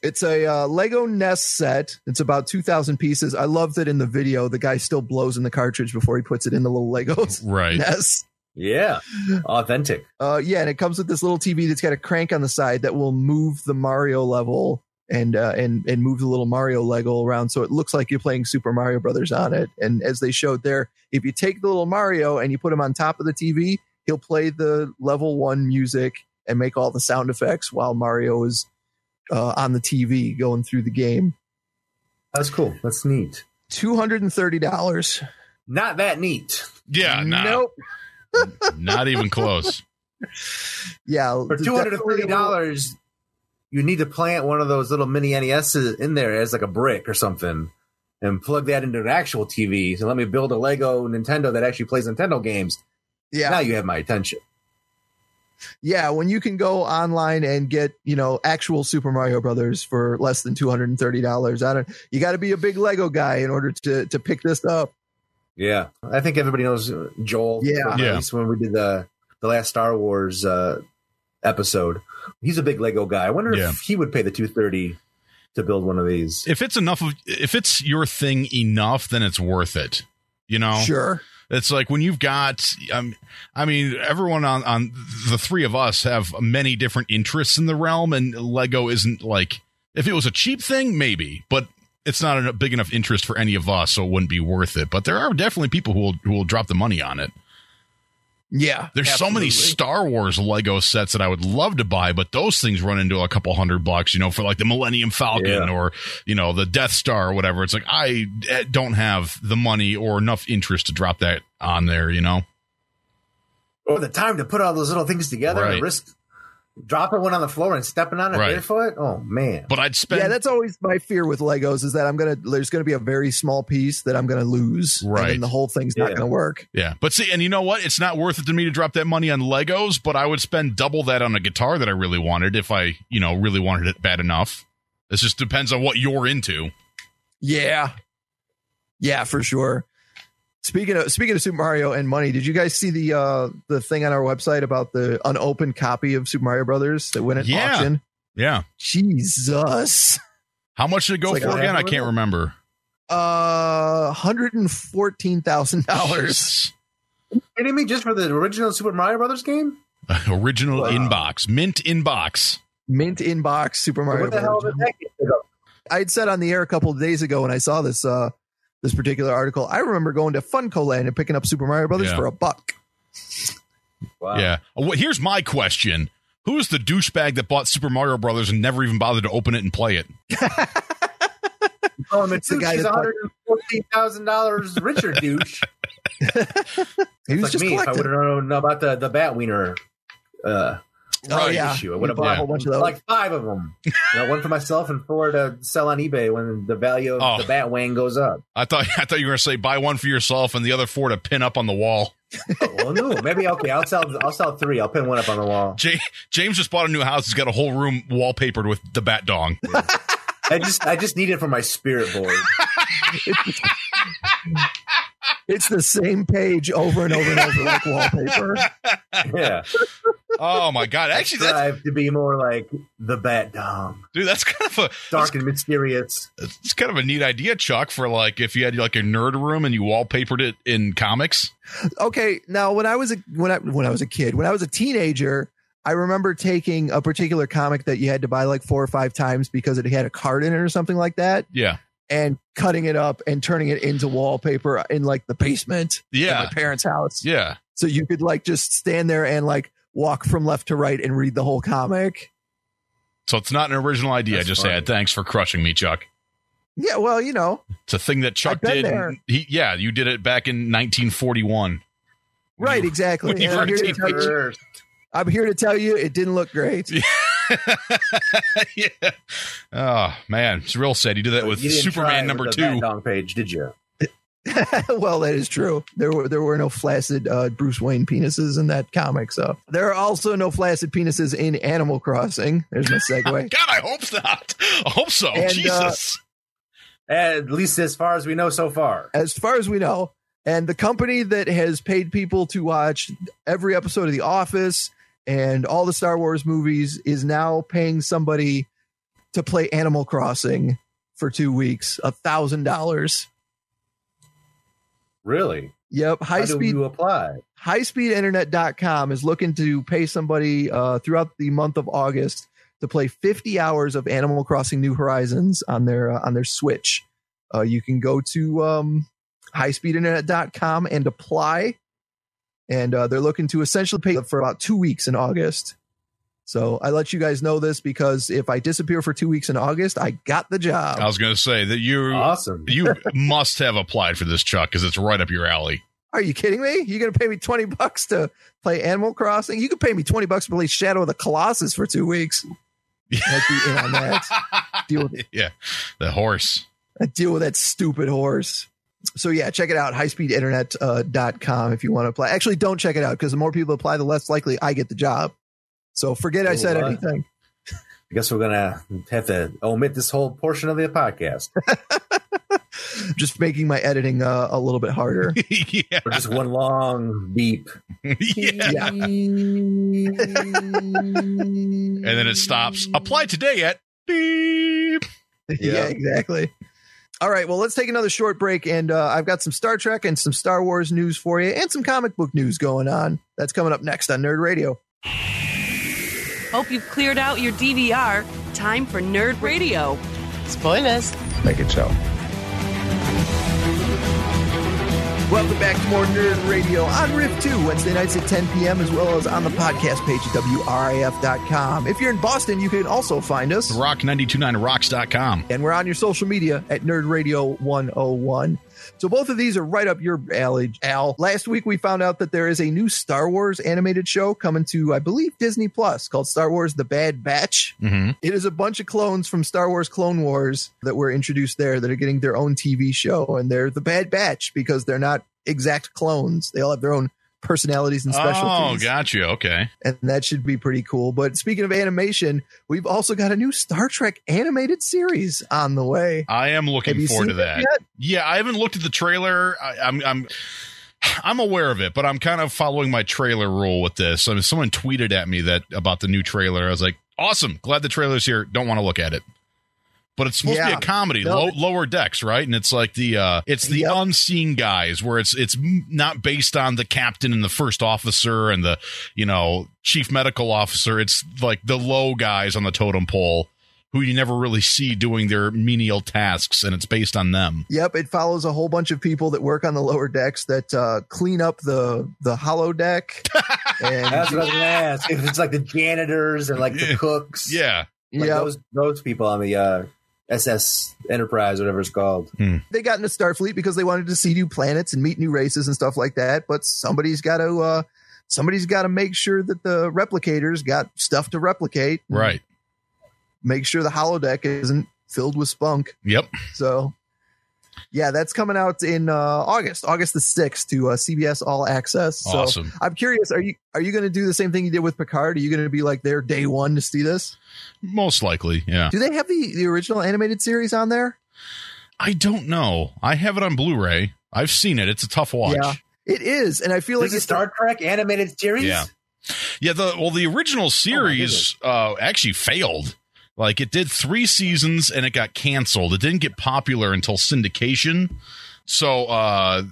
D: It's a uh, Lego Nest set. It's about 2,000 pieces. I love that in the video, the guy still blows in the cartridge before he puts it in the little Legos
B: Right.
D: (laughs) Nest.
G: Yeah.
E: Authentic.
D: Uh, yeah, and it comes with this little TV that's got a crank on the side that will move the Mario level and uh, and and move the little Mario Lego around, so it looks like you're playing Super Mario Brothers on it. And as they showed there, if you take the little Mario and you put him on top of the TV, he'll play the level one music and make all the sound effects while Mario is uh, on the TV going through the game.
E: That's cool. That's neat.
D: Two hundred and thirty dollars.
E: Not that neat.
B: Yeah. Nah,
D: Nope.
B: (laughs) Not even close.
D: Yeah.
E: For two hundred and thirty dollars, you need to plant one of those little mini NESs in there as like a brick or something, and plug that into an actual TV. So let me build a Lego Nintendo that actually plays Nintendo games.
D: Yeah.
E: Now you have my attention.
D: Yeah. When you can go online and get, you know, actual Super Mario Brothers for less than two hundred and thirty dollars. I don't you gotta be a big Lego guy in order to to pick this up.
E: Yeah, I think everybody knows uh, Joel.
D: Yeah.
E: at
B: Yeah.
E: least when we did the the last Star Wars uh, episode, he's a big Lego guy. I wonder
B: Yeah.
E: if he would pay the two thirty to build one of these.
B: If it's enough of, if it's your thing enough, then it's worth it. You know.
D: Sure.
B: It's like when you've got, um, I mean, everyone on, on the three of us have many different interests in the realm, and Lego isn't like, if it was a cheap thing, maybe, but it's not a big enough interest for any of us, so it wouldn't be worth it. But there are definitely people who will, who will drop the money on it.
D: Yeah.
B: There's so many
D: absolutely.
B: Star Wars Lego sets that I would love to buy, but those things run into a couple hundred bucks, you know, for like the Millennium Falcon
E: Yeah.
B: or, you know, the Death Star or whatever. It's like, I eh, don't have the money or enough interest to drop that on there, you know?
E: Or the time to put all those little things together
B: Right.
E: and risk dropping one on the floor and stepping on it
B: Right.
E: barefoot. Oh man,
B: But I'd spend
D: yeah, that's always my fear with Legos is that I'm gonna there's gonna be a very small piece that I'm gonna lose. And
B: Right.
D: then the whole thing's not
E: Yeah.
D: gonna work.
B: Yeah, but see, and you know what? It's not worth it to me to drop that money on Legos, but I would spend double that on a guitar that I really wanted if I, you know, really wanted it bad enough. This just depends on what you're into.
D: Yeah. Yeah, for sure. Speaking of speaking of Super Mario and money, did you guys see the uh the thing on our website about the unopened copy of Super Mario Brothers that went at
B: Yeah.
D: auction?
B: Yeah.
D: Jesus.
B: How much did it go
D: It's like
B: for
D: a
B: again? I
E: hammer?
B: can't remember.
D: Uh hundred and fourteen thousand dollars.
E: kidding me? Just for the original Super Mario Brothers game?
B: (laughs) Original inbox, mint inbox.
D: Mint inbox Super Mario.
E: what the hell did
D: Brothers.
E: that get picked up?
D: I had said on the air a couple of days ago when I saw this uh this particular article. I remember going to Funko Land and picking up Super Mario Brothers
B: Yeah.
D: for a buck.
G: Wow.
B: Yeah. Oh, wh- Here's my question: Who is the douchebag that bought Super Mario Brothers and never even bothered to open it and play it?
E: Oh,
D: the guy
E: Matsucci's
D: that's like-
E: $114,000
D: (laughs)
E: richer douche.
D: He was
E: It's like
D: just
E: me if I would have
D: collecting.
E: known about the, the bat wiener uh,
D: Oh yeah,
E: issue. I
D: He
E: would have
D: bought a
E: bought
D: whole bunch of those.
E: like five of
D: (laughs)
E: them. you know, one for myself and four to sell on eBay when the value of
B: Oh.
E: the bat wing goes
D: (laughs)
E: up.
B: I thought (laughs) I thought you were gonna say buy one for yourself and the other four to pin up on the wall.
E: Oh, well, no, maybe okay. I'll sell. I'll sell three. I'll pin one up on the wall.
B: J- James just bought a new house. He's got a whole room wallpapered with the bat dong.
E: I just, I just need it for my
B: (laughs)
E: spirit board.
D: it's the same page over and over and over like wallpaper.
E: Yeah,
B: Oh my god! Actually, that's,
E: strive to be more like the Bat Dom,
B: dude, that's kind of a
E: dark and mysterious.
B: it's kind of a neat idea, Chuck. For like if you had like a nerd room and you wallpapered it in comics.
D: (laughs) okay now when i was a when i when i was a kid when i was a teenager i remember taking a particular comic that you had to buy like four or five times because it had a card in it or something like that
B: Yeah.
D: and cutting it up and turning it into wallpaper in like the basement at
B: Yeah.
D: my parents house
B: Yeah.
D: so you could like just stand there and like walk from left to right and read the whole comic
B: So it's not an original idea.
E: That's
B: I just
E: funny.
B: had. Thanks for crushing me, Chuck.
D: yeah well you know
B: It's a thing that Chuck
D: I've been
B: did.
D: there.
B: He, yeah, you did it back in 1941.
D: right
B: You-
D: exactly
B: when you
D: And I'm,
B: were
D: here
B: a
D: to tell you,
E: Sure.
D: I'm here to tell you it didn't look great
B: (laughs) yeah. Oh man, it's real sad. You did that with
E: You didn't try it
B: Superman
E: with
B: number
E: the
B: two.
E: Bat Dom page, did you?
D: (laughs) well, that is true. There were there were no flaccid uh, Bruce Wayne penises in that comic. So there are also no flaccid penises in Animal Crossing. There's my
B: (laughs)
D: segue.
B: God, I hope not. I hope so.
D: And, uh,
B: Jesus.
E: At least as far as we know so far.
D: as far as we know, and the company that has paid people to watch every episode of The Office and all the Star Wars movies is now paying somebody to play Animal Crossing for two weeks, a thousand dollars.
E: Really?
D: Yep, high
E: How
D: speed
E: do you apply?
D: highspeedinternet.com is looking to pay somebody uh, throughout the month of August to play 50 hours of Animal Crossing New Horizons on their uh, on their Switch. Uh, you can go to um, highspeedinternet.com and apply, and uh, they're looking to essentially pay for about two weeks in August. So I let you guys know this because if I disappear for two weeks in August, I got the job.
B: I was going to say that you
E: Awesome.
B: you must have applied for this, Chuck, because it's right up your alley.
D: Are you kidding me? You're gonna pay me 20 bucks to play Animal Crossing? You could pay me 20 bucks to play Shadow of the Colossus for two weeks. I'd be in on that. deal with it.
B: (laughs) yeah, the horse. (laughs)
D: I'd deal with that stupid horse. So yeah, check it out, highspeedinternet.com if you want to apply. Actually, don't check it out because the more people apply, the less likely I get the job. So forget I
E: Oh,
D: said
E: wow.
D: anything.
E: I guess we're gonna have to omit this whole portion of the podcast,
D: Just making my editing uh, a little bit harder.
B: yeah.
E: or just one long beep.
B: (laughs) yeah.
D: yeah.
B: And then it stops. Apply today at beep.
D: (laughs) yeah, exactly. All right, well, let's take another short break, and uh, I've got some Star Trek and some Star Wars news for you, and some comic book news going on. That's coming up next on Nerd Radio.
I: Hope you've cleared out your DVR. Time for Nerd Radio. Spoilers.
D: Welcome back to more Nerd Radio on Rift 2, Wednesday nights at 10 p.m., as well as on the podcast page at WRIF.com. If you're in Boston, you can also find us.
B: Rock929rocks.com.
D: and we're on your social media at Nerd Radio 101. So both of these are right up your alley, Al. Last week we found out that there is a new Star Wars animated show coming to, I believe, Disney Plus called Star Wars The Bad Batch.
B: Mm-hmm.
D: It is a bunch of clones from Star Wars Clone Wars that were introduced there that are getting their own TV show, and they're the Bad Batch because they're not exact clones. They all have their own personalities and
B: Oh,
D: specialties
B: got you. Okay.
D: and that should be pretty cool. But speaking of animation, we've also got a new Star Trek animated series on the way.
B: I am
D: Have you
B: looking forward to
D: seen it
B: that.
D: yet?
B: Yeah, I haven't looked at the trailer. I, I'm I'm I'm aware of it, but I'm kind of following my trailer rule with this. I mean, someone tweeted at me that about the new trailer. I was like, awesome, glad the trailer's here. Don't want to look at it. but it's supposed to be
D: Yeah.
B: a comedy,
D: No.
B: low, lower decks, right? And it's like the uh, it's the
D: Yep.
B: unseen guys, where it's it's m- not based on the captain and the first officer and the you know chief medical officer. It's like the low guys on the totem pole who you never really see doing their menial tasks, and it's based on them.
D: Yep, it follows a whole bunch of people that work on the lower decks that uh, clean up the the
B: (laughs)
D: hollow deck.
E: That's
D: And
E: what I was gonna ask. If it's like the janitors or like the cooks,
B: Yeah,
E: like
D: yeah,
E: those those people on the uh, SS Enterprise, whatever it's called.
D: they got into Starfleet because they wanted to see new planets and meet new races and stuff like that. But somebody's got to uh, somebody's got to make sure that the replicators got stuff to replicate.
B: right.
D: Make sure the hollow deck isn't filled with spunk.
B: Yep.
D: So, yeah, that's coming out in uh, August, August the sixth, to uh, CBS All Access. So
B: Awesome.
D: I'm curious, are you are you going to do the same thing you did with Picard? Are you going to be like there day one to see this?
B: Most likely, yeah.
D: Do they have the the original animated series on there?
B: I don't know. I have it on Blu-ray. I've seen it. It's a tough watch.
D: Yeah. It is, and I feel
E: This is
D: like it's
E: Star Trek animated series.
B: Yeah. Yeah, the well, the original series uh, actually failed. Like it did three seasons and it got canceled. It didn't get popular until syndication. So uh,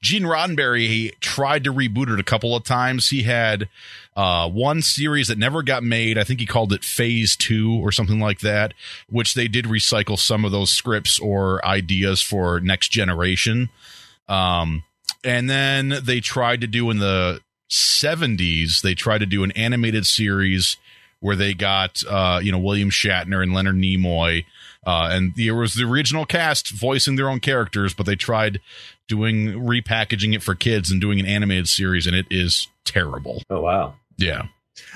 B: Gene Roddenberry he tried to reboot it a couple of times. He had uh, one series that never got made. I think he called it Phase Two or something like that, which they did recycle some of those scripts or ideas for Next Generation. Um, and then they tried to do in the 70s, they tried to do an animated series where they got, uh, you know, William Shatner and Leonard Nimoy. Uh, and there was the original cast voicing their own characters, but they tried doing repackaging it for kids and doing an animated series, and it is terrible.
G: Oh wow.
B: Yeah.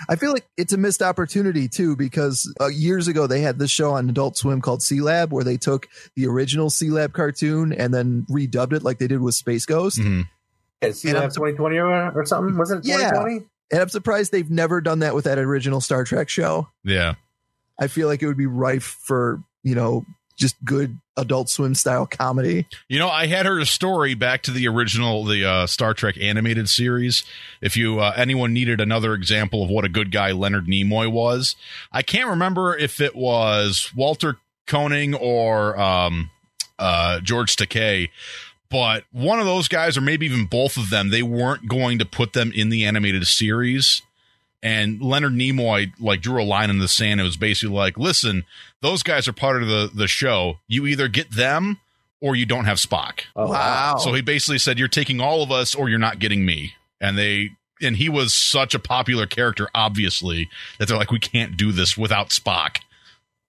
D: I feel like it's a missed opportunity too because uh, years ago they had this show on Adult Swim called Sea Lab where they took the original Sea Lab cartoon and then redubbed it like they did with Space Ghost.
B: Mhm.
E: Yeah, see
D: And
E: that
D: I'm-
E: 2020 or, or something? Was it
D: Yeah.
E: 2020?
D: And I'm surprised they've never done that with that original Star Trek show.
B: Yeah.
D: I feel like it would be rife for you know just good Adult Swim style comedy.
B: You know, I had heard a story back to the original, the uh, Star Trek animated series. If you uh, anyone needed another example of what a good guy Leonard Nimoy was, I can't remember if it was Walter Koenig or um, uh, George Takei, but one of those guys, or maybe even both of them, they weren't going to put them in the animated series. And Leonard Nimoy like drew a line in the sand. It was basically like, listen, those guys are part of the the show. You either get them or you don't have Spock.
G: Oh,
D: wow.
B: So he basically said, "You're taking all of us, or you're not getting me." And they and he was such a popular character, obviously, that they're like, "We can't do this without Spock."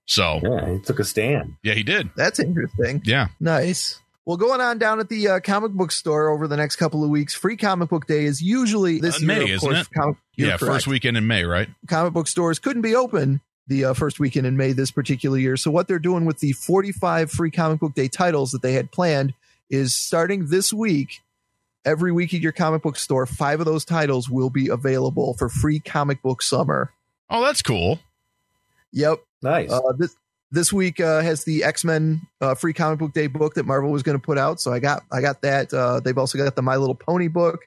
B: So
G: Yeah, he took a stand.
B: yeah, he did.
D: That's interesting.
B: Yeah,
D: Nice. Well, going on down at the uh, comic book store over the next couple of weeks, free comic book day is usually this
B: Uh,
D: year,
B: May,
D: of
B: isn't
D: course.
B: it?
D: Comic, you're
B: yeah.
D: correct.
B: First weekend in May, right?
D: comic book stores couldn't be open the uh, first weekend in May this particular year. So what they're doing with the 45 free comic book day titles that they had planned is starting this week. Every week at your comic book store, five of those titles will be available for free comic book summer.
B: Oh, that's cool.
D: Yep.
G: Nice.
D: Uh, this this week uh, has the X Men uh, free comic book day book that Marvel was going to put out, so I got I got that. Uh, they've also got the My Little Pony book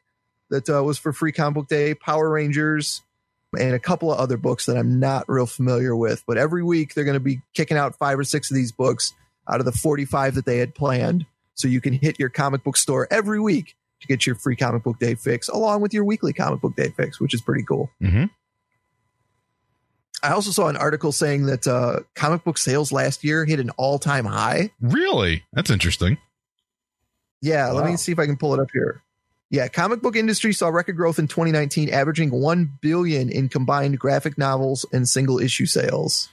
D: that uh, was for free comic book day, Power Rangers, and a couple of other books that I'm not real familiar with. But every week they're going to be kicking out five or six of these books out of the 45 that they had planned, so you can hit your comic book store every week to get your free comic book day fix along with your weekly comic book day fix, which is pretty cool.
B: Mm-hmm.
D: I also saw an article saying that uh, comic book sales last year hit an all time high.
B: Really, that's interesting.
D: Yeah, let
G: Wow.
D: me see if I can pull it up here. Yeah, comic book industry saw record growth in 2019, averaging one billion in combined graphic novels and single issue sales.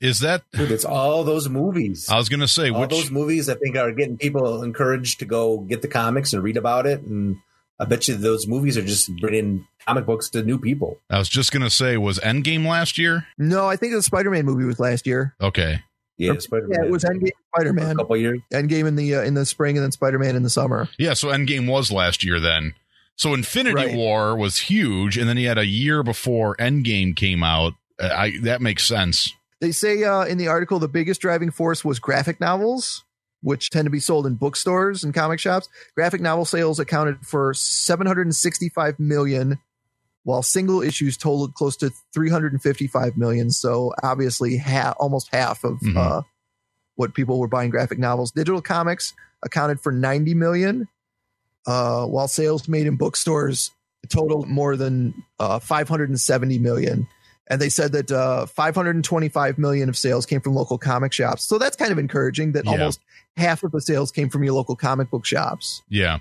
B: Is that?
E: Dude, it's all those movies.
B: I was gonna say
D: Uh,
E: all
B: which.
E: those movies, I think, are getting people encouraged to go get the comics and read about it. And I bet you those movies are just bringing comic books to new people.
B: I was just gonna say was Endgame last year.
D: No, I think the Spider Man movie was last year.
B: Okay.
E: Yeah,
D: Yeah,
E: Spider-Man.
D: Yeah, it was Endgame, Spider
E: a
D: Man,
E: couple years. (laughs)
D: Endgame in the uh, in the spring, and then Spider Man in the summer.
B: Yeah, so Endgame was last year then. So Infinity
D: Right.
B: War was huge, and then he had a year before Endgame came out. Uh, I that makes sense.
D: They say uh, in the article the biggest driving force was graphic novels, which tend to be sold in bookstores and comic shops. Graphic novel sales accounted for 765 million, while single issues totaled close to 355 million. So obviously, ha- almost half of
B: Mhm.
D: uh, what people were buying graphic novels. Digital comics accounted for 90 million, uh, while sales made in bookstores totaled more than uh, 570 million. And they said that uh, 525 million of sales came from local comic shops. So that's kind of encouraging that
B: Yeah.
D: almost half of the sales came from your local comic book shops.
B: Yeah.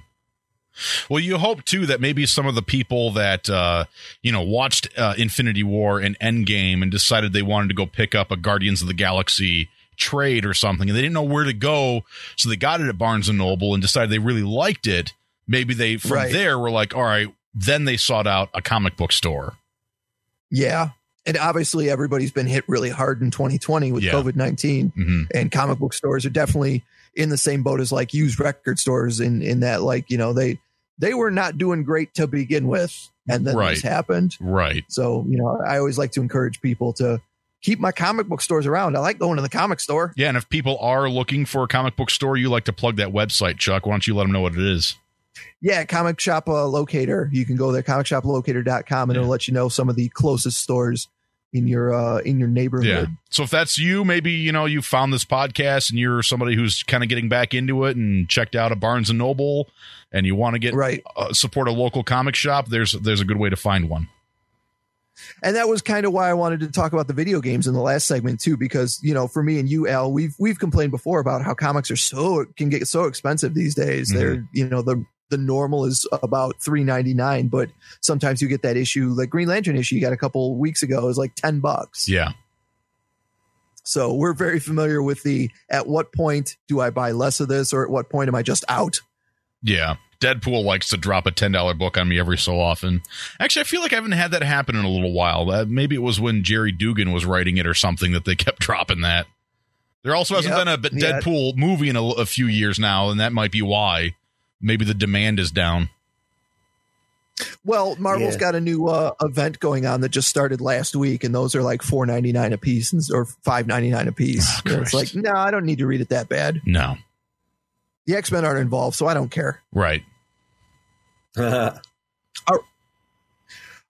B: Well, you hope too that maybe some of the people that uh, you know watched uh, Infinity War and Endgame and decided they wanted to go pick up a Guardians of the Galaxy trade or something, and they didn't know where to go, so they got it at Barnes and Noble and decided they really liked it. Maybe they from
D: Right.
B: there were like, all right, then they sought out a comic book store.
D: Yeah. And obviously, everybody's been hit really hard in 2020 with
B: Yeah.
D: COVID 19.
B: Mm-hmm.
D: and comic book stores are definitely in the same boat as like used record stores in in that like you know they they were not doing great to begin with and then
B: Right.
D: this happened
B: Right.
D: so you know i always like to encourage people to keep my comic book stores around i like going to the comic store
B: Yeah, and if people are looking for a comic book store, you like to plug that website, Chuck. Why don't you let them know what it is?
D: yeah comic shop uh, locator you can go there comicshoplocator.com and it'll let you know some of the closest stores in your uh in your neighborhood
B: Yeah. So if that's you, maybe you know you found this podcast and you're somebody who's kind of getting back into it and checked out a Barnes and Noble, and you want to get
D: Right.
B: uh, support a local comic shop. There's there's a good way to find one.
D: and that was kind of why I wanted to talk about the video games in the last segment too, because you know, for me and you, Al, we've we've complained before about how comics are so can get so expensive these days. They're you know the the normal is about three ninety nine, but sometimes you get that issue, like Green Lantern issue you got a couple weeks ago is like ten bucks.
B: Yeah.
D: So we're very familiar with the at what point do I buy less of this, or at what point am I just out?
B: Yeah. Deadpool likes to drop a ten dollar book on me every so often. Actually, I feel like I haven't had that happen in a little while. Uh, maybe it was when Jerry Dugan was writing it or something that they (laughs) kept dropping that. There also hasn't
D: Yep.
B: been a b-
D: Yeah.
B: Deadpool movie in a, a few years now, and that might be why. Maybe the demand is down.
D: Well, Marvel's
E: Yeah.
D: got a new uh, event going on that just started last week, and those are like four ninety nine a piece and, or five ninety nine a piece.
B: Oh,
D: And it's like,
B: Christ.
D: no, I don't need to read it that bad.
B: No.
D: The X Men aren't involved, so I don't care.
B: Right.
D: All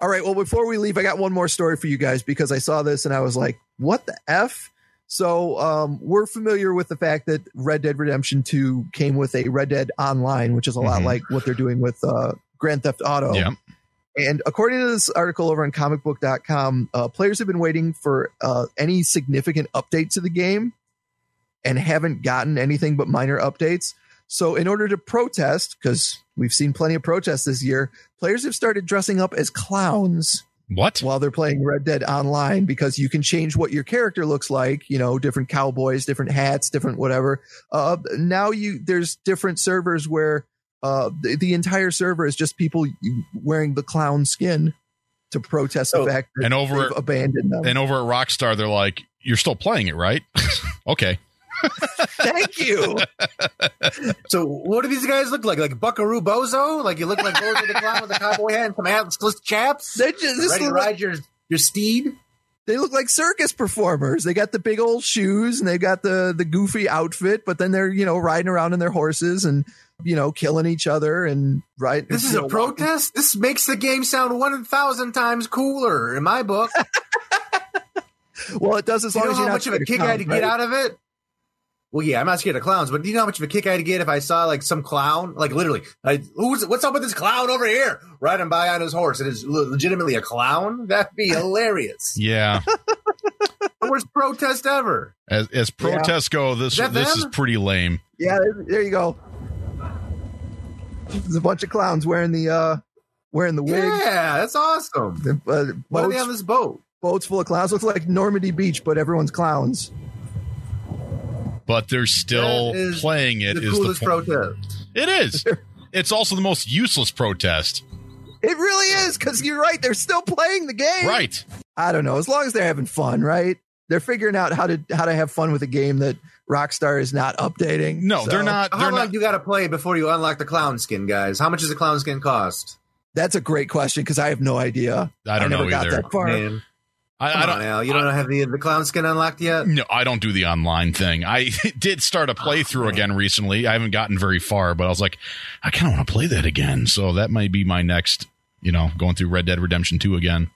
D: right. Well, before we leave, I got one more story for you guys because I saw this and I was like, what the f? So um, we're familiar with the fact that Red Dead Redemption Two came with a Red Dead Online, which is a lot
B: Mhm.
D: like what they're doing with uh, Grand Theft
E: Oh.
D: Auto.
B: Yeah.
D: And according to this article over on comicbook.com, uh, players have been waiting for uh, any significant update to the game and haven't gotten anything but minor updates. So, in order to protest, because we've seen plenty of protests this year, players have started dressing up as clowns
B: What?
D: (laughs) while they're playing Red Dead Online because you can change what your character looks like. You know, different cowboys, different hats, different whatever. Uh, now you there's different servers where uh, the, the entire server is just people wearing the clown skin to protest
G: Oh,
D: the fact that
B: and over-
D: they've abandoned them.
B: And (laughs) over at Rockstar, they're like, "You're still playing it, right?" (laughs) okay.
D: Thank you.
E: So what do these guys look like? Like Buckaroo Bozo? Like you look like Bozo the Clown with a cowboy hat and some atlas chaps?
D: They just, this
E: Ready to
D: look like-
E: ride your, your steed?
D: they look like circus performers. They got the big old shoes and they got the the goofy outfit, but then they're you know riding around on their horses and you know killing each other and right.
E: This is
D: you
E: a
D: know,
E: protest? This makes the game sound 1,000 times cooler in my book.
D: Well, it does as
E: you
D: long
E: know
D: as you're
E: how
D: not
E: much of a
D: scared
E: kick I had to
D: clowns,
E: get
D: right?
E: out of it? Well, yeah, I'm not scared of clowns, but do you know how much of a kick I had to get if I saw like some clown, like literally, like who's what's up with this clown over here riding by on his horse? It is le- legitimately a clown. That'd
D: (laughs)
E: be hilarious. (laughs)
B: Yeah.
E: the worst protest ever.
B: As as protests go, this
E: Is that
B: this
E: them?
B: is pretty lame.
D: Yeah, there, there you go. There's a bunch of clowns wearing the uh wearing the wig.
E: Yeah, that's awesome.
D: The, uh,
E: Why are they
D: boats,
E: on this boat?
D: boats full of clowns. Looks like Normandy Beach, but everyone's clowns.
B: But they're still
E: That is
B: playing it.
E: the
B: Is
E: coolest
B: the point.
E: protest.
B: It is. It's also the most useless protest.
D: It really is because you're right. They're still playing the game.
B: Right.
D: I don't know. As long as they're having fun, right? They're figuring out how to how to have fun with a game that Rockstar is not updating.
B: No,
D: So
B: they're not.
E: How
B: They're
E: long
B: not.
E: you got to play before you unlock the clown skin, guys? How much does the clown skin cost?
D: That's a great question because I have no idea.
B: I don't
D: never
B: know
D: got
B: either.
D: that far.
E: Man,
B: I, I
E: come
B: don't.
E: on, Al. You don't have the, the clown skin unlocked yet?
B: No, I don't do the online thing. I (laughs) did start a playthrough again recently. I haven't gotten very far, but I was like, I kind of want to play that again. (laughs) So that might be my next. You know, going through Red Dead Redemption Two again.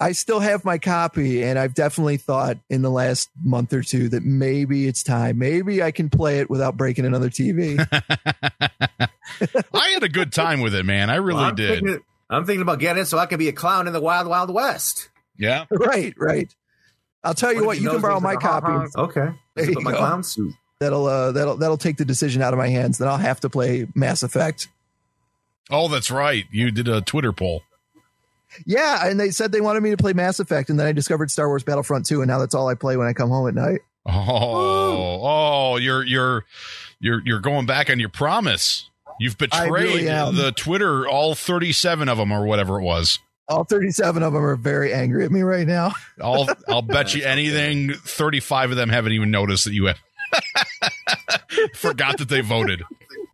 D: I still have my copy, and I've definitely thought in the last month or two that maybe it's time. Maybe I can play it without breaking another (laughs) TV.
B: I had a good time with it, man. I really
E: I'm
B: did.
E: Thinking, I'm thinking about getting it so I can be a clown in the wild, wild west.
B: Yeah.
D: right, right. I'll tell you what,
E: if he
D: you can
E: knows
D: borrow
E: those are
D: my
E: the
D: copy.
E: ha-has? Okay.
D: There
E: Put
D: you
E: my
D: go.
E: clown suit.
D: That'll uh, that'll that'll take the decision out of my hands. Then I'll have to play Mass Effect.
B: Oh, that's right. You did a Twitter poll.
D: Yeah, and they said they wanted me to play Mass Effect, and then I discovered Star Wars Battlefront 2, and now that's all I play when I come home at night.
B: Oh, oh, you're you're you're you're going back on your promise. You've
D: I really
B: betrayed
D: am.
B: the Twitter, all 37 of them or whatever it was.
D: All 37 of them are very angry at me right now.
B: I'll I'll bet you anything 35 of them haven't even noticed that you have (laughs) forgot that they voted.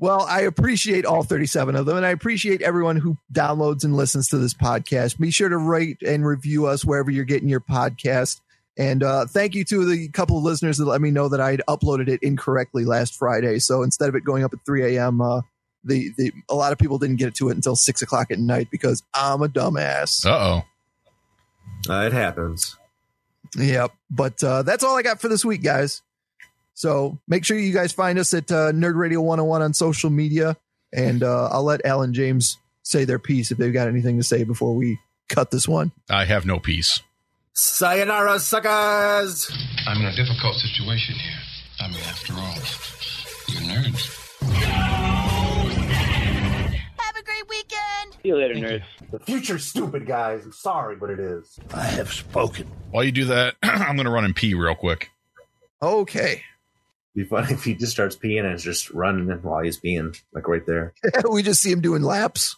D: Well, I appreciate all 37 of them, and I appreciate everyone who downloads and listens to this podcast. Be sure to rate and review us wherever you're getting your podcast. And uh, thank you to the couple of listeners that let me know that I had uploaded it incorrectly last Friday. So instead of it going up at 3 a.m., uh, the, the a lot of people didn't get to it until six o'clock at night because I'm a dumbass.
B: Uh-oh.
E: Uh, it happens.
D: Yep. But uh, that's all I got for this week, guys. So make sure you guys find us at uh, Nerd Radio 101 on social media. And uh, I'll let Alan James say their piece if they've got anything to say before we cut this one.
B: I have no peace.
E: Sayonara, suckers.
J: I'm in a difficult situation here. I mean, after all, you're nerds.
A: Have a great weekend.
E: See you later, nerds. The future's stupid, guys. I'm sorry, but it is. I have spoken.
B: While you do that, (clears throat) I'm going to run and pee real quick.
D: Okay. (laughs)
G: Be funny if he just starts peeing and is just running while he's peeing, like right there.
D: we just see him doing laps.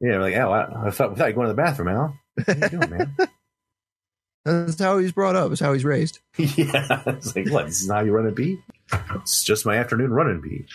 G: Yeah, like, oh, I, I, thought, I thought you were going to the bathroom, Al.
E: (laughs)
D: (laughs) That's how he's brought up. That's how he's raised.
G: yeah, it's like, what? This is how you run a pee? It's just my afternoon running pee.